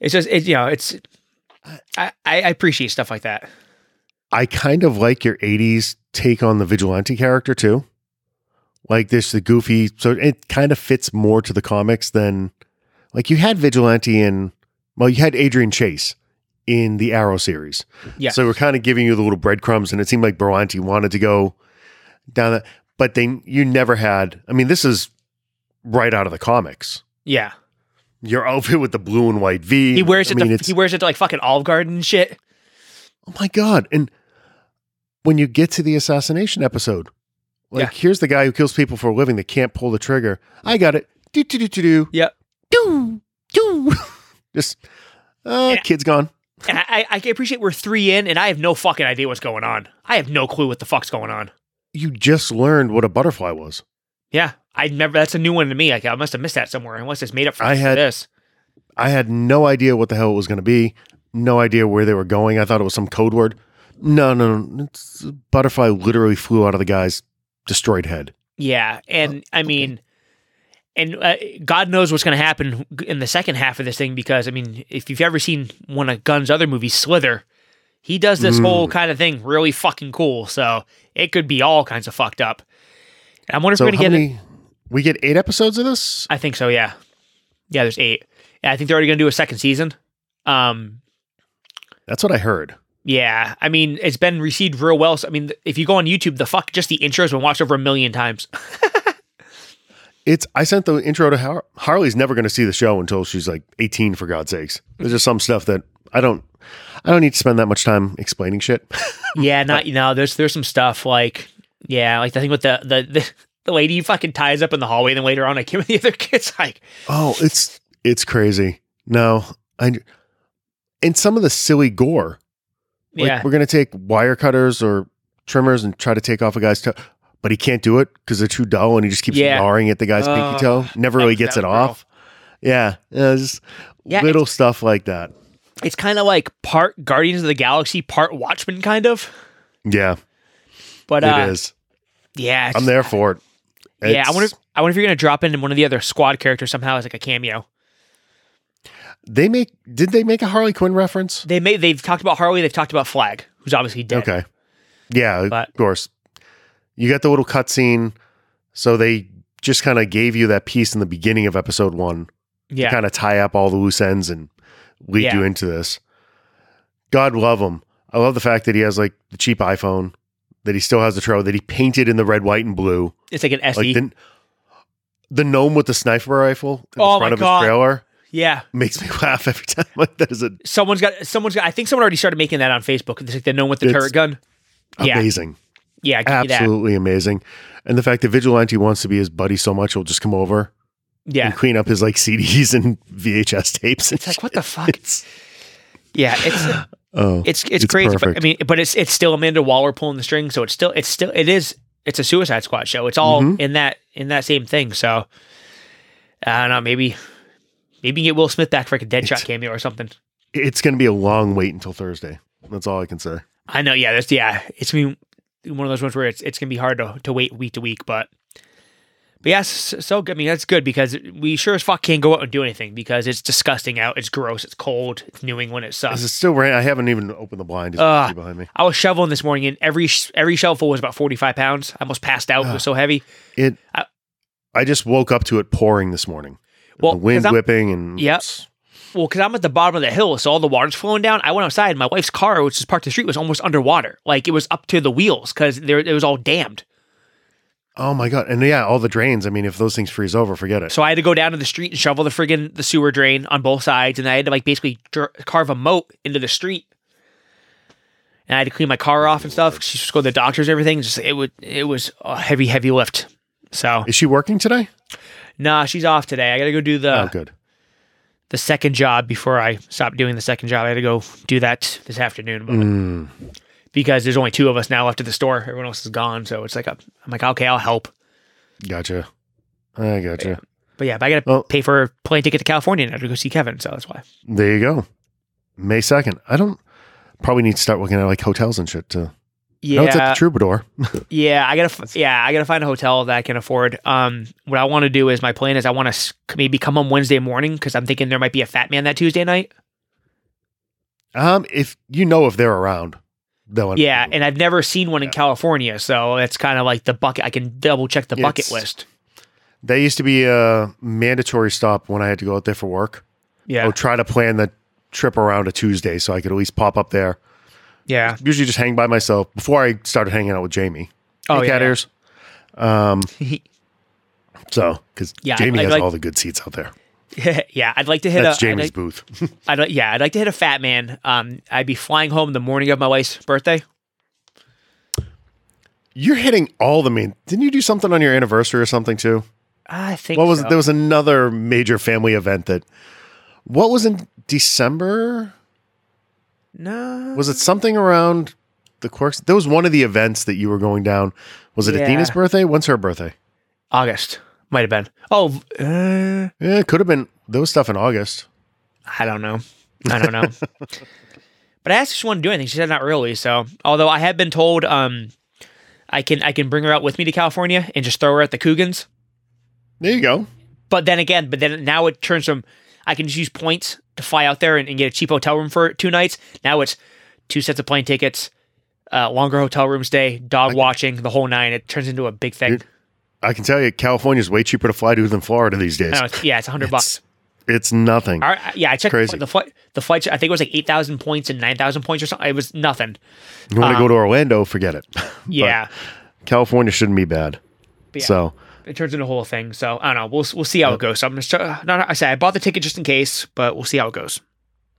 it's just it, you know it's I, I appreciate stuff like that. I kind of like your 80s take on the vigilante character too. Like this, the goofy. So it kind of fits more to the comics than like you had vigilante in, well, you had Adrian Chase in the Arrow series. Yeah. So we're kind of giving you the little breadcrumbs and it seemed like Vigilante wanted to go down that, but they, you never had, I mean, this is right out of the comics. Yeah, [LAUGHS] Your outfit with the blue and white V. he wears I it. mean, to, it's- he wears it to like fucking Olive Garden and shit. Oh my god! And when you get to the assassination episode, like Yeah. here's the guy who kills people for a living that can't pull the trigger. I got it. Do do do do do. Yep. Do do. [LAUGHS] Just uh, And- kid's gone. And I, I I appreciate we're three in, and I have no fucking idea what's going on. I have no clue what the fuck's going on. You just learned what a butterfly was. Yeah, I never. That's a new one to me. Like I must have missed that somewhere, unless it's made up for I had- this. I had no idea what the hell it was going to be. No idea where they were going. I thought it was some code word. No, no, no. It's, butterfly literally flew out of the guy's destroyed head. Yeah, and I mean, and uh, God knows what's going to happen in the second half of this thing because I mean, if you've ever seen one of Gunn's other movies, Slither, he does this Mm. whole kind of thing really fucking cool. So it could be all kinds of fucked up. And I wonder if So we're gonna how get. many? We get eight episodes of this. I think so. Yeah, yeah. There's eight. And I think they're already gonna do a second season. Um, That's what I heard. yeah. I mean, it's been received real well. So, I mean, if you go on YouTube, the fuck, just the intro's been watched over a million times. It's I sent the intro to Har- Harley's never going to see the show until she's like 18 for God's sakes. There's just some stuff that I don't I don't need to spend that much time [LAUGHS] explaining shit. Yeah, not you know. There's there's some stuff like yeah, like the thing with the the the, the lady you fucking ties up in the hallway, and then later on I came with the [LAUGHS] other kids. Like oh, it's it's crazy. No, I and some of the silly gore. Like yeah, we're going to take wire cutters or trimmers and try to take off a guy's toe, but he can't do it cuz they're too dull and he just keeps Yeah. gnawing at the guy's Ugh, pinky toe. Never that really was- gets that it was brutal. off. Yeah, yeah, just Yeah, it's- little stuff like that. it's kind of like part Guardians of the Galaxy, part Watchmen, kind of. Yeah, But uh, it is. yeah, it's I'm just- there for it. Yeah, I It's- wonder. If, I wonder if you're gonna drop in one of the other squad characters somehow as like a cameo. They make did they make a Harley Quinn reference? They may they've talked about Harley, they've talked about Flag, who's obviously dead. Okay. Yeah, But- of course. You got the little cutscene. So they just kind of gave you that piece in the beginning of episode one Yeah, to kind of tie up all the loose ends and lead Yeah. you into this. God love him. I love the fact that he has like the cheap iPhone, that he still has the tro, that he painted in the red, white, and blue. it's like an E. SE. Like the, the gnome with the sniper rifle in Oh, the my front of God. his trailer yeah, makes me [LAUGHS] laugh every time. Like that is a, someone's got someone's got. I think someone already started making that on Facebook. It's like the gnome with the It's- turret gun. Yeah. amazing. Yeah, give me that. absolutely amazing. And the fact that Vigilante wants to be his buddy so much, he'll just come over Yeah, and clean up his like CDs and [LAUGHS] VHS tapes. And It's like shit. what the [LAUGHS] fuck? It's- Yeah, it's oh, it's it's, It's crazy. But, I perfect. mean, but it's it's still Amanda Waller pulling the string, so it's still it's still it is it's a Suicide Squad show. It's all Mhm. in that in that same thing. So I don't know, maybe maybe you can get Will Smith back for like a Deadshot It's- cameo or something. it's going to be a long wait until Thursday. That's all I can say. I know, yeah, that's yeah, it's gonna be one of those ones where it's it's gonna be hard to, to wait week to week, but but yeah, so so, I mean that's good because we sure as fuck can't go out and do anything because it's disgusting out, it's gross, it's cold, it's New England, it sucks. Is it still rain? I haven't even opened the blind. It's Ah. empty behind me. I was shoveling this morning, and every sh- every shovelful was about forty five pounds. I almost passed out. It was so heavy. It. I- I, just woke up to it pouring this morning. Well, the wind 'cause I'm- whipping and Yep. Well, because I'm at the bottom of the hill, so all the water's flowing down. I went outside, and my wife's car, which is parked the street, was almost underwater. Like it was up to the wheels because there it was all dammed. Oh my god! And yeah, all the drains. I mean, if those things freeze over, forget it. So I had to go down to the street and shovel the friggin' the sewer drain on both sides, and I had to like basically dr- carve a moat into the street. And I had to clean my car off and stuff. She just go to the doctors, and everything. Just it would it was a heavy, heavy lift. So Is she working today? nah, she's off today. I got to go do the oh, good. the second job before I stopped doing the second job. I had to go do that this afternoon Mm. but because there's only two of us now left at the store. Everyone else is gone, so it's like a, I'm like, okay, I'll help. Gotcha. I gotcha. But yeah, but I got to Well- pay for a plane ticket to California now to go see Kevin, so that's why. There you go. May 2nd. I don't probably need to start looking at like hotels and shit too. Yeah, No, it's at the Troubadour. yeah, I gotta, f- yeah, I gotta find a hotel that I can afford. Um, what I want to do is my plan is I want to maybe come home Wednesday morning because I'm thinking there might be a Fat Man that Tuesday night. Um, if you know if they're around, they'll Yeah, and I've never seen one in California, so it's kind of like the bucket. I can double check the bucket It's- Oh, list. that used to be a mandatory stop when I had to go out there for work. I Yeah, would try to plan the trip around a Tuesday so I could at least pop up there. yeah. Usually just hang by myself before I started hanging out with Jamie. Oh, yeah, cat yeah. ears. Um, so because Yeah, Jamie I'd has like- all the good seats out there. [LAUGHS] yeah, I'd like to hit That's a. I'd Jamie's like- booth. [LAUGHS] I'd like- yeah, I'd like to hit a fat man. Um, I'd be flying home the morning of my wife's birthday. You're hitting all the main. Didn't you do something on your anniversary or something too? I think. What was so. there was another major family event that. What was in December? No. Was it something around the quirks? There was one of the events that you were going down. Was it Yeah. Athena's birthday? When's her birthday? August might have been. Oh, uh, Yeah, it could have been. There was stuff in August. I don't know. I don't [LAUGHS] know. but I asked if she wanted to do anything. She said not really. So, although I have been told, um, I can I can bring her out with me to California and just throw her at the Cougans. There you go. But then again, but then now it turns from I can just use points to fly out there and, and get a cheap hotel room for two nights. Now it's two sets of plane tickets, uh, longer hotel room stay, dog watching, the whole nine. It turns into a big thing. I can tell you, California's way cheaper to fly to than Florida these days. I know, it's- yeah, it's a hundred bucks. It's nothing. Our, yeah, I checked crazy. the flight. The flights. I think it was like eight thousand points and nine thousand points or something. It was nothing. You want to um, go to Orlando? Forget it. [LAUGHS] Yeah, California shouldn't be bad. yeah. So it turns into a whole thing. So I don't know. We'll we'll see how it goes. So I'm just uh, not. I say I bought the ticket just in case, but we'll see how it goes.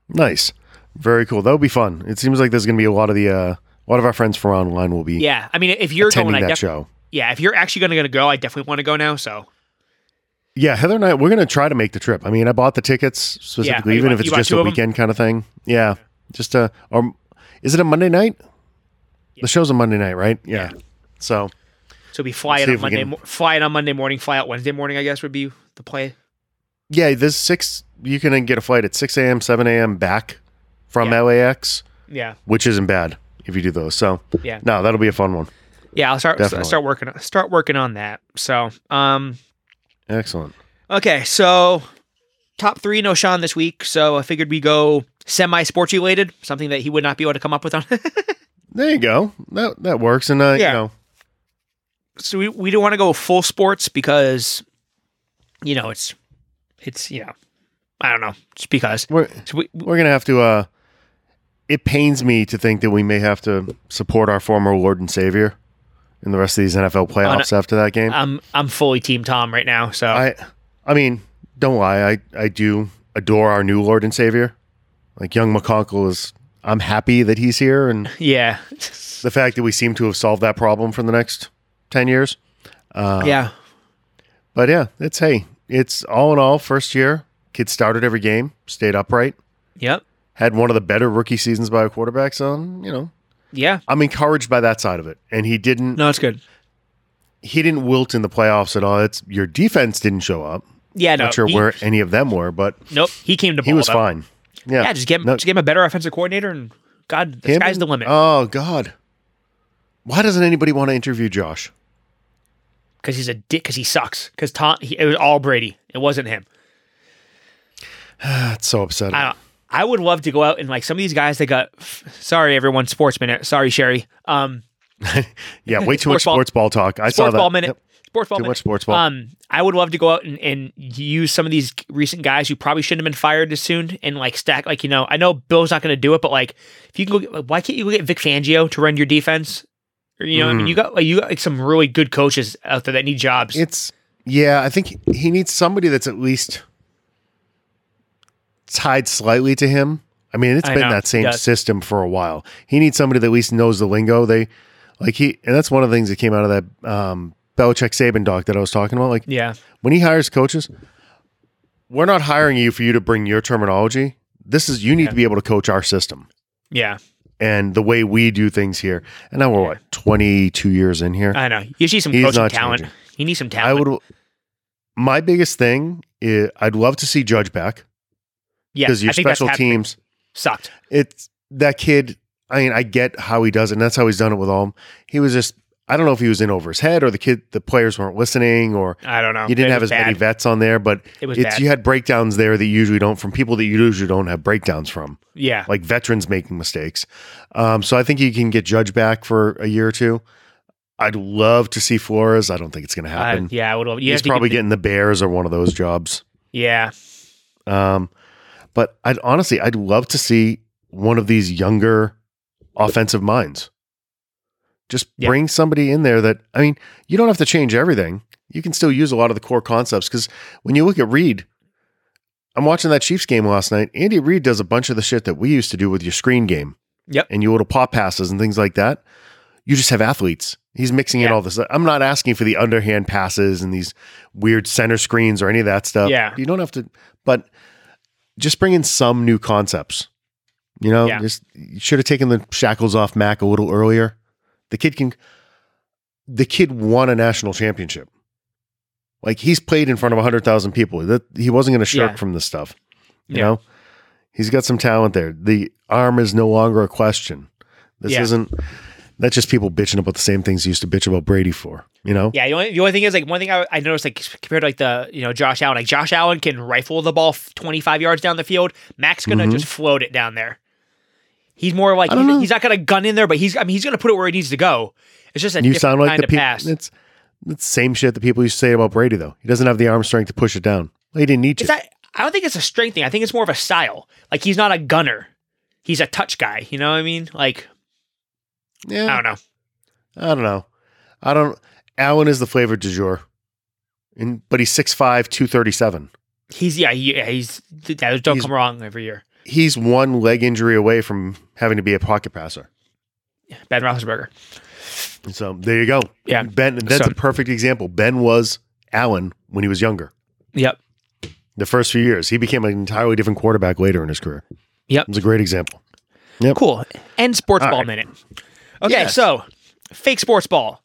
nice, very cool. That would be fun. It seems like there's going to be a lot of the uh, a lot of our friends from online will be Yeah, I mean, if you're attending going, I that def- show. yeah, if you're actually gonna, gonna go, I definitely want to go now. So Yeah, Heather and I we're going to try to make the trip. I mean, I bought the tickets specifically, you even bought- if it's you bought just two a of 'em? weekend kind of thing. Yeah, just a or is it a Monday night? The show's a Monday night, right? Yeah. So so we fly Let's it see on if we Monday. can- mo- fly it on Monday morning. Fly out Wednesday morning. I guess would be the play. yeah, this six you can get a flight at six a.m., seven a.m. back from Yeah. LAX, Yeah, which isn't bad if you do those. So Yeah. no, that'll be a fun one. yeah. I'll start Definitely. start working start working on that. So um, Excellent. Okay, so top three no Sean this week. So I figured we go semi sports related, something that he would not be able to come up with on. [LAUGHS] There you go. That that works. And Yeah. uh, you know, so we we don't want to go full sports because, you know, it's it's you know, I don't know, just because. we're So we, we- we're gonna have to. Uh, it pains me to think that we may have to support our former Lord and Savior in the rest of these NFL playoffs after that game. I'm I'm fully team Tom right now. So I, I mean, don't lie. I I do adore our new Lord and Savior. Like young McConkle is. I'm happy that he's here, and yeah, the fact that we seem to have solved that problem for the next ten years. Uh. yeah, But yeah, it's hey, it's all in all first year. Kids started every game, stayed upright. yep, had one of the better rookie seasons by a quarterback. So um, you know, yeah. I'm encouraged by that side of it. And he didn't No, it's good. he didn't wilt in the playoffs at all. It's your defense didn't show up. Yeah, no, Not sure he- where any of them were, but Nope, he came to. he ball, was though. fine. Yeah, Yeah, just get him, No, just get him a better offensive coordinator, and God, the him sky's and- the limit Oh God, why doesn't anybody want to interview Josh? because he's a dick because he sucks because Tom he, it was all Brady, it wasn't him. That's so upsetting. I don't. I would love to go out and like some of these guys that got. Sorry, everyone. Sports minute. Sorry, Sherry. Um, yeah, way too much Sports ball- sports ball talk. I saw sports that. ball minute. Yep. Sports ball Too minute. much sports ball. Um, I would love to go out and, and use some of these recent guys who probably shouldn't have been fired as soon and like stack like you know I know Bill's not going to do it, but like if you can go, get, like, why can't you go get Vic Fangio to run your defense? Or, you know, what I mean, you got like, you got like some really good coaches out there that need jobs. It's Mm. yeah, I think he needs somebody that's at least tied slightly to him. I mean, it's I been know, that same yes. system for a while. He needs somebody that at least knows the lingo. They like he and that's one of the things that came out of that um Belichick Saban doc that I was talking about. Like yeah, when he hires coaches, we're not hiring you for you to bring your terminology. This is you need to be able to coach our system yeah, and the way we do things here. And now we're what, twenty two years in here? I know. You need some He's coaching not talent. changing. You need some talent. I would. My biggest thing is I'd love to see Judge back yeah, I because your think that's special happening. teams. sucked. It's that kid. I mean, I get how he does it, and that's how he's done it with all. He was just I don't know if he was in over his head or the kid, the players weren't listening or I don't know. you didn't It have as was many bad. vets on there, but It was it's bad. you had breakdowns there that you usually don't from people that you usually don't have breakdowns from, Yeah. like veterans making mistakes. Um, so I think you can get Judge back for a year or two. I'd love to see Flores. I don't think it's going to Uh, happen. yeah, I would. You have He's to give probably the- getting the Bears or one of those jobs. Yeah, Um, but I'd honestly, I'd love to see one of these younger offensive minds. Just Yeah. bring somebody in there that I mean, you don't have to change everything. You can still use a lot of the core concepts because when you look at Reed, I'm watching that Chiefs game last night. Andy Reed does a bunch of the shit that we used to do with your screen game. Yep. And your little pop passes and things like that. You just have athletes. He's mixing in Yeah. all this. I'm not asking for the underhand passes and these weird center screens or any of that stuff. Yeah. You don't have to, but just bring in some new concepts. You know, Yeah. just you should have taken the shackles off Mac a little earlier. The kid can the kid won a national championship. Like he's played in front of 100,000 people. That he wasn't going to shirk Yeah. from this stuff. You Yeah. know? He's got some talent there. The arm is no longer a question. This Yeah. isn't that's just people bitching about the same things you used to bitch about Brady for, you know? yeah. The only, the only thing is like one thing I, I noticed like compared to like the you know Josh Allen, like Josh Allen can rifle the ball twenty five yards down the field. Mac's gonna Mhm. just float it down there. He's more like I don't he's, know. he's not gonna gun in there, but he's I mean he's gonna put it where it needs to go. It's just a you different sound like kind the of people. pass. It's, it's the same shit that people used to say about Brady, though. He doesn't have the arm strength to push it down. Well, he didn't need to. It's not, I don't think it's a strength thing. I think it's more of a style. Like he's not a gunner. He's a touch guy. You know what I mean? Like yeah, I don't know. I don't know. I don't. Allen is the flavor du jour, and but he's 6'5", 237. He's yeah, he, yeah he's don't He's- come wrong every year. He's one leg injury away from having to be a pocket passer. Ben Roethlisberger. So there you go. Yeah. Ben. That's So- a perfect example. Ben was Allen when he was younger. Yep. The first few years, he became an entirely different quarterback later in his career. Yep. It was a great example. Cool. End sports All ball right. minute. Okay, Yes. so fake sports ball.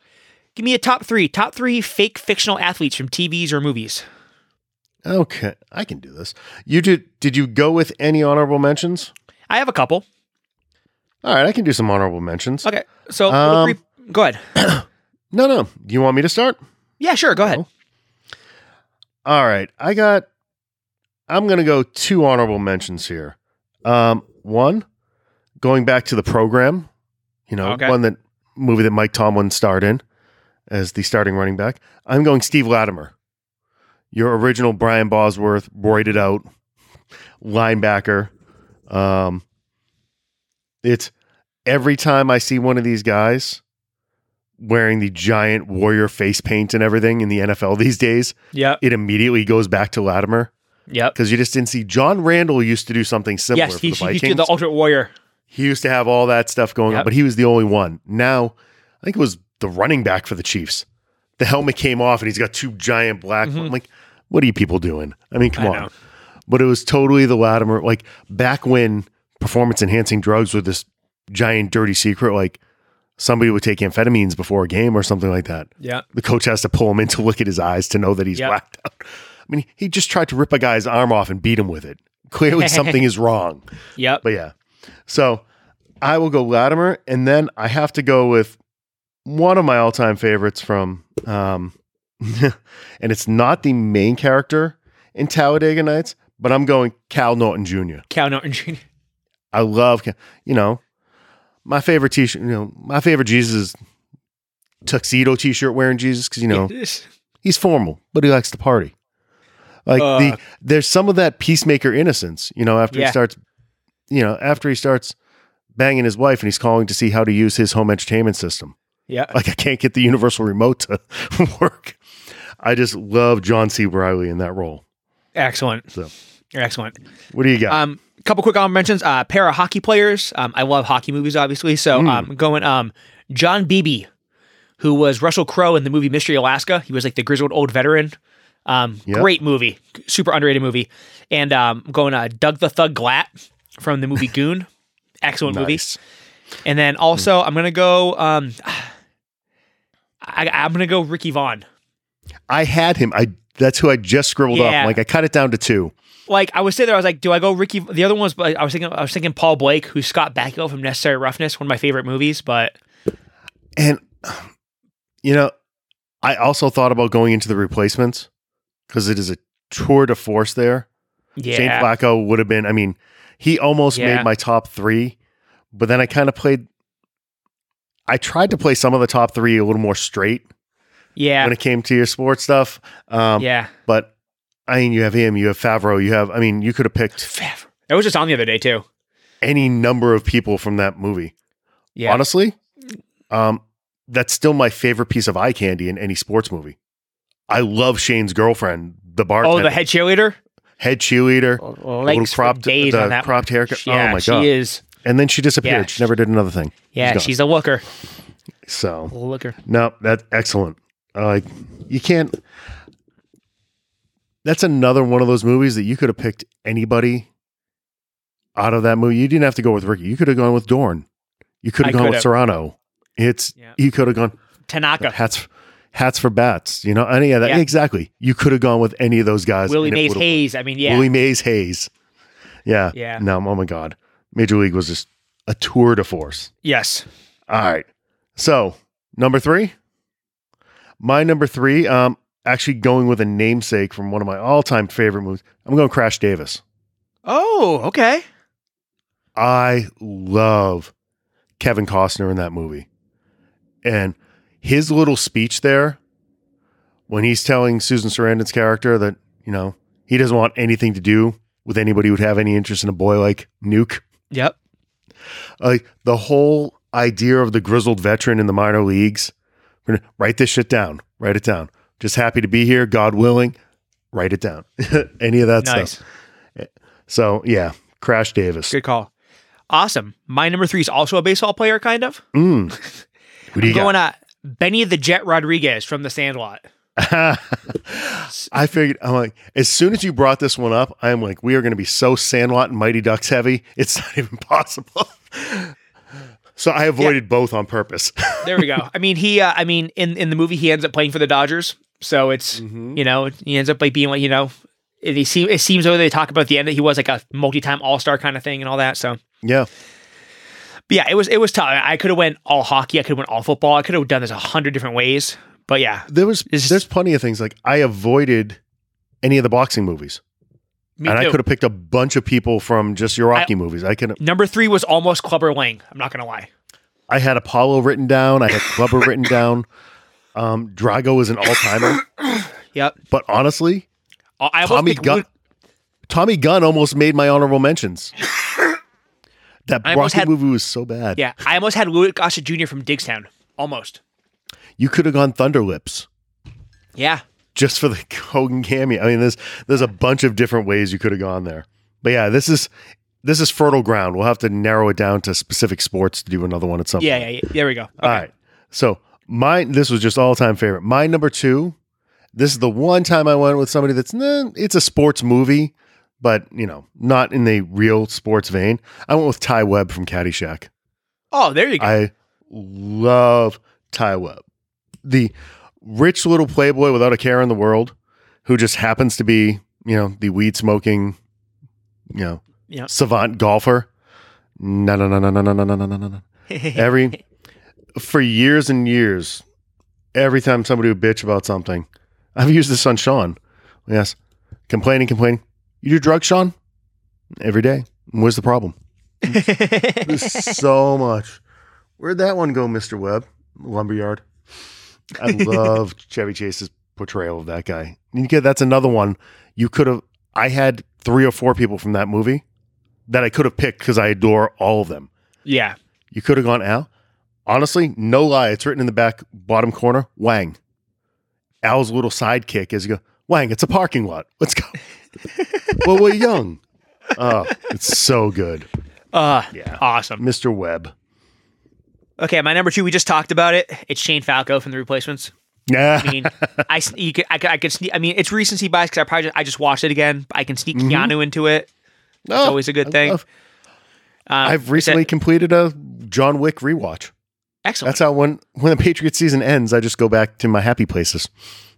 Give me a top three. Top three fake fictional athletes from TVs or movies. Okay, I can do this. You did? Did you go with any honorable mentions? I have a couple. All right, I can do some honorable mentions. Okay, so Um, what three- go ahead. No, no. Do you want me to start? Yeah, sure. Go oh. ahead. All right. I got I'm going to go two honorable mentions here. Um one going back to the program, you know, Okay. one that movie that Mike Tomlin starred in as the starting running back. I'm going Steve Latimer. Your original Brian Bosworth, roided out linebacker. Um it's every time I see one of these guys wearing the giant warrior face paint and everything in the NFL these days, Yep. it immediately goes back to Latimer Yep. because you just didn't see. John Randall used to do something similar Yes, for he, the he Vikings. did the Ultimate Warrior. he used to have all that stuff going on, Yep. but he was the only one. Now, I think it was the running back for the Chiefs. The helmet came off, and he's got two giant black. I'm like, what are you people doing? I mean, come Mm-hmm. I on. know. But it was totally the Latimer. Like back when performance enhancing drugs were this giant dirty secret, like somebody would take amphetamines before a game or something like that Yeah. the coach has to pull him in to look at his eyes to know that he's Yep. whacked out. I mean, he just tried to rip a guy's arm off and beat him with it. Clearly, something is wrong. Yep. But yeah, so I will go Latimer, and then I have to go with one of my all-time favorites from, um, [LAUGHS] and it's not the main character in Talladega Nights, but I'm going Cal Norton Jr. Cal Norton Jr. I love, you know, my favorite t-shirt. You know, my favorite Jesus tuxedo t-shirt wearing Jesus because [LAUGHS] you know he's formal, but he likes to party. Like Uh. the there's some of that peacemaker innocence, you know, after Yeah. he starts you know, after he starts banging his wife and he's calling to see how to use his home entertainment system. Yeah. Like I can't get the universal remote to [LAUGHS] work. I just love John C. Riley in that role. Excellent. So. Excellent. What do you got? Um, couple quick honorable mentions. Uh, pair of hockey players. Um, I love hockey movies, obviously. So Hmm. um, going um, John Beebe, who was Russell Crowe in the movie Mystery Alaska. He was like the grizzled old veteran. Um, Yep. great movie, super underrated movie. And um, going uh, Doug the Thug Glatt from the movie Goon. Excellent movie. Nice. And then also I'm gonna go. Um, [SIGHS] I, I'm gonna go Ricky Vaughn. I had him. I that's who I just scribbled Yeah. up. Like I cut it down to two. like I was sitting there, I was like, do I go Ricky? The other ones, but I was thinking, I was thinking Paul Blake, who's Scott Bakula from Necessary Roughness, one of my favorite movies. But And [SIGHS] You know, I also thought about going into the replacements because it is a tour de force there. Yeah. Shane Flacco would have been, I mean, he almost Yeah. made my top three, but then I kind of played, I tried to play some of the top three a little more straight yeah. when it came to your sports stuff. Um, yeah. But I mean, you have him, you have Favreau, you have, I mean, you could have picked Favre. That was just on the other day too. any number of people from that movie. Yeah. Honestly, um, that's still my favorite piece of eye candy in any sports movie. I love Shane's girlfriend, the bartender, oh, the head cheerleader. head cheerleader, little Legs cropped, for days the on that. cropped haircut. yeah, oh my she god! is. and then she disappeared. Yeah, she never did another thing. Yeah, gone. she's a looker. So Looker. no, that's excellent. I Like you can't. That's another one of those movies that you could have picked anybody out of that movie. You didn't have to go with Ricky. You could have gone with Dorn. You could I have gone with could've. Serrano. It's Yeah. you could have gone. Tanaka. hats hats for bats. You know, any of that Yeah. exactly. You could have gone with any of those guys. Willie and it Mays would've- Hayes. I mean, yeah. Willie Mays Hayes. Yeah. Yeah. No, oh my God. Major League was just a tour de force. Yes. All right. So number three. My number three, um, actually going with a namesake from one of my all-time favorite movies. I'm going Crash Davis. Oh, okay. I love Kevin Costner in that movie. And his little speech there when he's telling Susan Sarandon's character that, you know, he doesn't want anything to do with anybody who would have any interest in a boy like Nuke. Yep. Like the whole idea of the grizzled veteran in the minor leagues. We're gonna write this shit down. Write it down. Just happy to be here, God willing. Write it down. [LAUGHS] any of that nice. stuff. So yeah, Crash Davis. Good call. Awesome. My number three is also a baseball player, kind of. Mm. Who do you got? [LAUGHS] Going at Benny the Jet Rodriguez from The Sandlot. I figured I'm like, as soon as you brought this one up, I'm like, we are going to be so Sandlot and Mighty Ducks heavy. [LAUGHS] It's not even possible. [LAUGHS] so I avoided both on purpose. There we go. I mean, he. Uh, I mean, in in the movie, he ends up playing for the Dodgers. So it's Mm-hmm. you know he ends up like being like you know. It, he seem, it seems though they talk about at the end that he was like a multi-time all-star kind of thing and all that. So [LAUGHS] yeah, But yeah, it was it was tough. I could have went all hockey. I could have went all football. I could have done this a hundred different ways. But yeah, there was It's just- there's plenty of things like I avoided any of the boxing movies, me and I too. could have picked a bunch of people from just your Rocky movies. I could Number three was almost Clubber Lang. I'm not gonna lie. I had Apollo written down. I had Clubber written down. Um, Drago is an all timer, Yep. but honestly, I I almost Tommy picked Gunn. Lou- Tommy Gunn almost made my [LAUGHS] honorable mentions. that I almost Rocky had- movie was so bad. yeah, I almost had Louis Gossett Jr. from Digstown. Almost. You could have gone Thunderlips Yeah. just for the [LAUGHS] Hogan cameo. I mean, there's there's a bunch of different ways you could have gone there. But yeah, this is this is fertile ground. We'll have to narrow it down to specific sports to do another one at some Yeah. point. Yeah. yeah. There we go. All right. So mine this was just all time favorite. My number two. This is the one time I went with somebody that's nah, it's a sports movie, but you know, not in the real sports vein. I went with Ty Webb from Caddyshack. Oh, there you go. I love Ty Webb, the rich little playboy without a care in the world, who just happens to be, you know, the weed smoking, you know, Yeah. savant golfer. No, no, no, no, no, no, no, no, no, no, no. [LAUGHS] Every for years and years, every time somebody would bitch about something, I've used this on Sean. Yes, complaining, complaining. You do drugs, Sean, every day. Where's the problem? There's so much. Where'd that one go, Mr. Webb? Lumberyard. I love Chevy Chase's portrayal of that guy. And you get- that's another one. You could have, I had three or four people from that movie that I could have picked because I adore all of them. yeah. You could have gone Al. Honestly, no lie. It's written in the back bottom corner Wang. Al's little sidekick as you go, Wang, it's a parking lot. Let's go. well, we're young. Oh, it's so good. Uh, Yeah. Awesome. Mr. Webb. Okay, my number two. We just talked about it. It's Shane Falco from The Replacements. Yeah. [LAUGHS] I mean, I s- you could, I could, I could sneak. I mean, it's recency bias because I probably just, I just watched it again. but I can sneak Mm-hmm. Keanu into it. No, always a good thing. Um, Oh, I've recently completed a John Wick rewatch. excellent. That's how when when the Patriot season ends, I just go back to my happy places.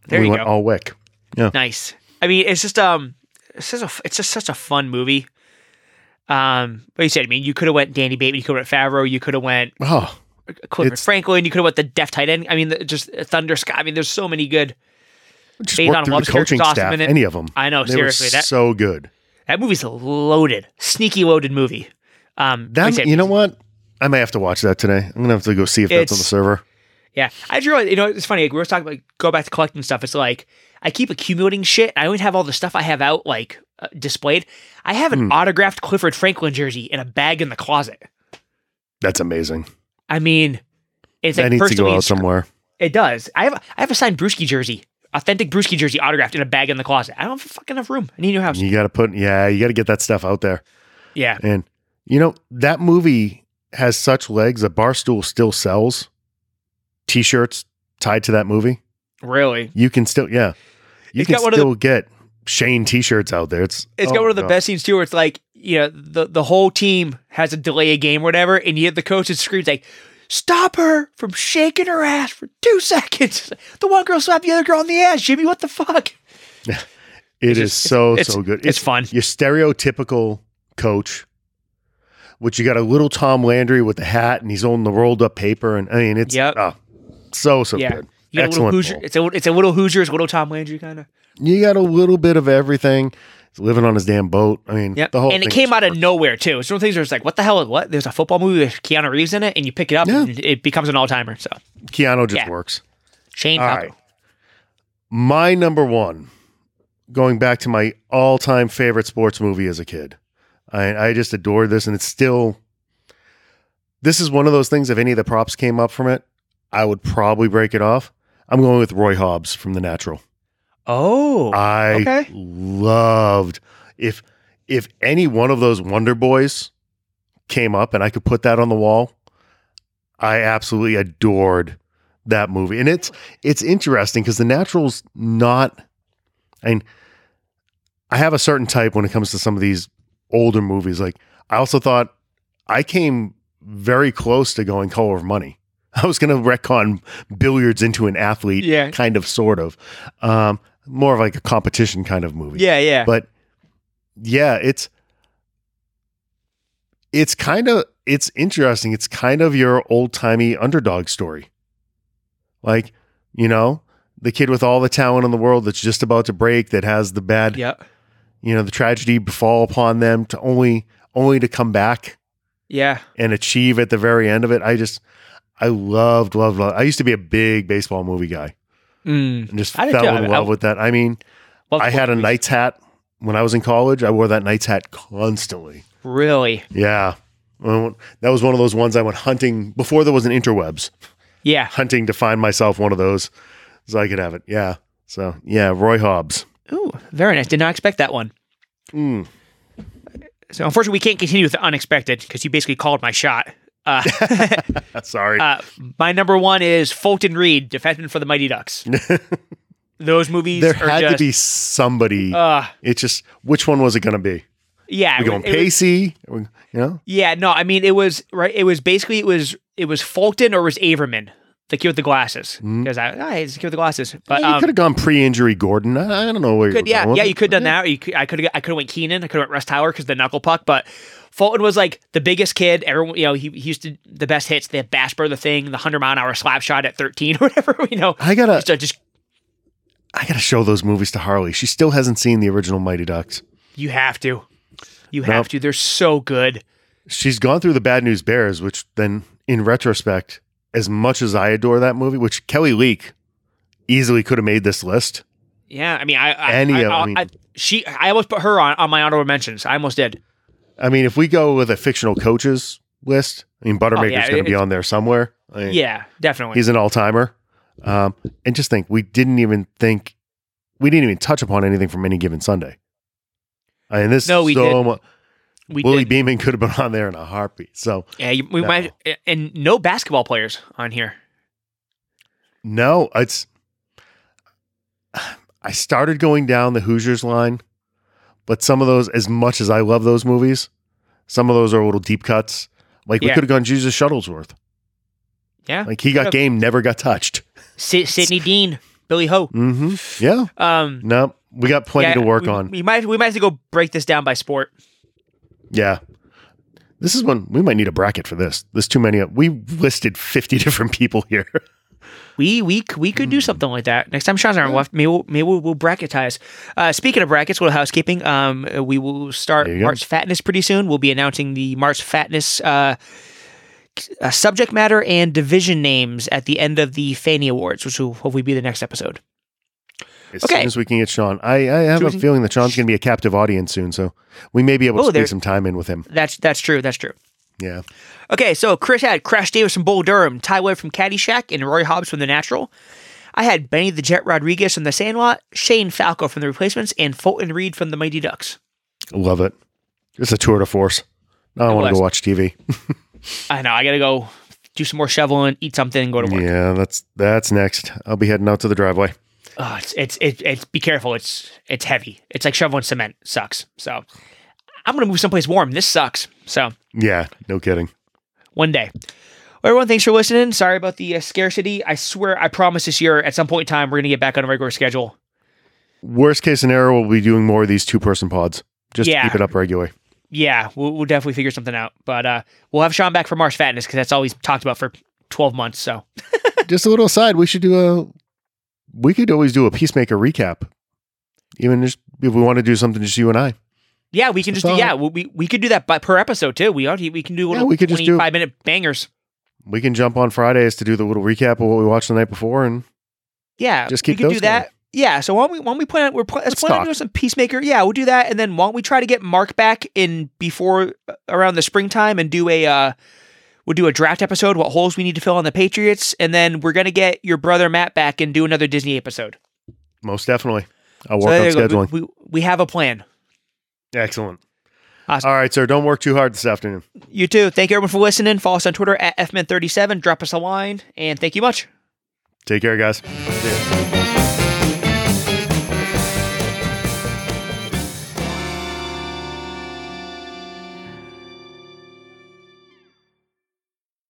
There we you went go. all Wick. nice. I mean, it's just um, it's just a, it's just such a fun movie. Um, but you said, I mean, you could have went Danny Bateman, you could have went Favreau, you could have went Oh, Clifford It's- Franklin. You could have went the Def tight end. I mean, the, just Thunder Sky. I mean, there's so many good. Just Faison work through Love's the character's coaching awesome staff, in it. any of them. I know, They seriously, were that- so good. That movie's loaded, sneaky loaded movie. Um, like I That said, you know what? I may have to watch that today. I'm gonna have to go see if that's on the It's- server. Yeah, I just realized, you know, it's funny. Like, we were talking about go back to collecting stuff. It's like I keep accumulating shit. I always have all the stuff I have out like uh, displayed. I have Hmm. an autographed Clifford Franklin jersey in a bag in the closet. That's amazing. I mean, it's That like needs to go personally, out somewhere. it does. I have I have a signed Brewski jersey, authentic Brewski jersey, autographed in a bag in the closet. I don't have fucking enough room. I need a new house. You got to put, yeah, you got to get that stuff out there. Yeah, And you know that movie has such legs that Barstool still sells T-shirts tied to that movie. really. You can still, yeah, you It's can got one of the- still get Shane T-shirts out there. It's It's oh got my one of the God. best scenes too, where it's like you know the the whole team has a delay a game or whatever, and yet the coach is screams like, "Stop her from shaking her ass for two [LAUGHS] seconds." The one girl slapped the other girl on the ass. Jimmy, what the fuck? It is just- so it's- so good. it's fun. Your stereotypical coach, which you got a little Tom Landry with the hat, and he's holding the rolled up paper, and I mean it's Yep. oh, so so Yeah. good. You got a little Excellent. Hoosier. ball. It's a it's a little Hoosiers, little Tom Landry kind of. You got a little bit of everything. He's living on his damn boat. I mean, Yep. the whole and it thing came is out of nowhere too. It's one of the things where it's like, what the hell? What? There's a football movie with Keanu Reeves in it, and you pick it up, Yeah. and it becomes an all timer. So Keanu just Yeah. works. Shane, All Falco. right. My number one, going back to my all time favorite sports movie as a kid. I, I just adore this, and it's still. This is one of those things. If any of the props came up from it, I would probably break it off. I'm going with Roy Hobbs from The Natural. oh, I okay. loved if if any one of those Wonder Boys came up and I could put that on the wall, I absolutely adored that movie. And it's it's interesting because the natural's not I mean I have a certain type when it comes to some of these older movies. Like I also thought I came very close to going color of money. [LAUGHS] I was gonna retcon billiards into an athlete yeah, kind of sort of um more of like a competition kind of movie yeah, yeah. but yeah it's it's kind of it's interesting it's kind of your old-timey underdog story like you know the kid with all the talent in the world that's just about to break that has the bad Yep. you know the tragedy befall upon them to only only to come back Yeah. and achieve at the very end of it i just i loved loved loved i used to be a big baseball movie guy Mm. and just I did fell too. I- in love I- with that. I mean, Love I had a movies. Knights hat when I was in college. I wore that Knights hat constantly. Really? Yeah. Well, That was one of those ones I went hunting before there was an interwebs, Yeah. hunting to find myself one of those so I could have it. Yeah. So, yeah, Roy Hobbs. [LAUGHS] Ooh, very nice. Did not expect that one. Mm. So unfortunately, we can't continue with the unexpected because you basically called my shot. Uh, Sorry. [LAUGHS] uh, my number one is Fulton Reed, defenseman for the Mighty [LAUGHS] Ducks. Those movies there are had just, to be somebody. Uh, it's just, which one was it going to be? yeah, We it going was- it was- Pacey? Are we- you know? yeah, no, I mean it was right. It was basically it was it was Fulton or it was Averman, the kid with the glasses. Hmm. Because I, I it's the kid with the glasses, but you um, could have gone pre-injury Gordon. I, I don't know where you could, were yeah, going. yeah, you could have done that. Or you could, I could have, I could have went Keenan. I could have went Russ Tower because the knuckle puck. But Fulton was like the biggest kid. Everyone, you know, he, he used to the best hits. The bash burr, the thing, the hundred mile an hour slap shot at thirteen [LAUGHS] or whatever. You know, I gotta, so just I gotta show those movies to Harley. She still hasn't seen the original Mighty Ducks. you have to, you have Nope. to. They're so good. She's gone through the Bad News Bears, which then, in retrospect, as much as I adore that movie, which Kelly Leak easily could have made this list. Yeah, I mean, I, I Any I, of- I mean- she, I almost put her on on my honorable mentions. I almost did. I mean, if we go with a fictional coaches list, I mean, Buttermaker's Oh, yeah, going to be it's- on there somewhere. I mean, Yeah, definitely. he's an all timer. Um, and just think, we didn't even think, we didn't even touch upon anything from any given Sunday. And this, No, we so didn't. mu- we Willie did. Beeman could have been on there in a heartbeat. So yeah, you, we No. might, and no basketball players on here. No, it's. I started going down the Hoosiers line, but some of those, as much as I love those movies, some of those are little deep cuts. Like we Yeah. could have gone Jesus Shuttlesworth. Yeah. Like he Could've. got game, never got touched. Sy- Sidney Dean, Billy Ho. hmm Yeah. Um, No, we got plenty Yeah, to work we- on. We might we might have to go break this down by sport. yeah. This is one we might need a bracket for this. There's too many. We listed 50 [LAUGHS] different people here. We we c- we could Hmm. do something like that next time Sean's around. We'll have, maybe we'll, maybe we'll, we'll bracketize. Uh, speaking of brackets, little housekeeping. Um, we will start There you go. March Fatness pretty soon. We'll be announcing the March Fatness uh, c- uh, subject matter and division names at the end of the Fanny Awards, which will hopefully be the next episode. As Okay. soon as we can get Sean, I, I have a Choosing- feeling that Sean's going to be a captive audience soon. So we may be able Oh, to there- squeeze some time in with him. That's that's true. That's true. Yeah. Okay, so Chris had Crash Davis from Bull Durham, Ty Webb from Caddyshack, and Roy Hobbs from The Natural. I had Benny the Jet Rodriguez from The Sandlot, Shane Falco from The Replacements, and Fulton Reed from The Mighty Ducks. Love it. It's a tour de force. Now I It want to was. go watch TV. I know. I gotta go do some more shoveling, eat something, and go to work. yeah, that's that's next. I'll be heading out to the driveway. Ugh, it's, it's it's it's be careful. It's it's heavy. It's like shoveling cement. Sucks. So I'm gonna move someplace warm. This sucks. So Yeah, no kidding. one day. Well, everyone, thanks for listening. Sorry about the uh, scarcity. I swear, I promise this year at some point in time we're gonna get back on a regular schedule. Worst case scenario, we'll be doing more of these two person pods. Just to Yeah. keep it [LAUGHS] up regular. Yeah, we'll, we'll definitely figure something out. But uh, we'll have Sean back for Mars Fatness because that's all he's talked about for 12 months. So Just a little aside, we should do a we could always do a peacemaker recap. Even just if we want to do something just you and I. yeah, we can just So- yeah we, we we could do that by, per episode too. We already we can do little we could just do- 25 minute bangers. We can jump on Fridays to do the little recap of what we watched the night before and Yeah, Just we keep could do those that. Yeah, so why don't we why don't we plan on- we're pl- let's Let's plan on talk. doing some peacemaker. Yeah, we'll do that, and then why don't we try to get Mark back in before uh, around the springtime and do a uh, we'll do a draft episode. What holes we need to fill on the Patriots, and then we're gonna get your brother Matt back and do another Disney episode. most definitely. I'll So work there on you go. scheduling. We, we we have a plan. Excellent. Awesome. All right, sir. Don't work too hard this afternoon. You too. Thank you everyone for listening. Follow us on Twitter at fmin37. Drop us a line, and thank you much. Take care, guys. See ya.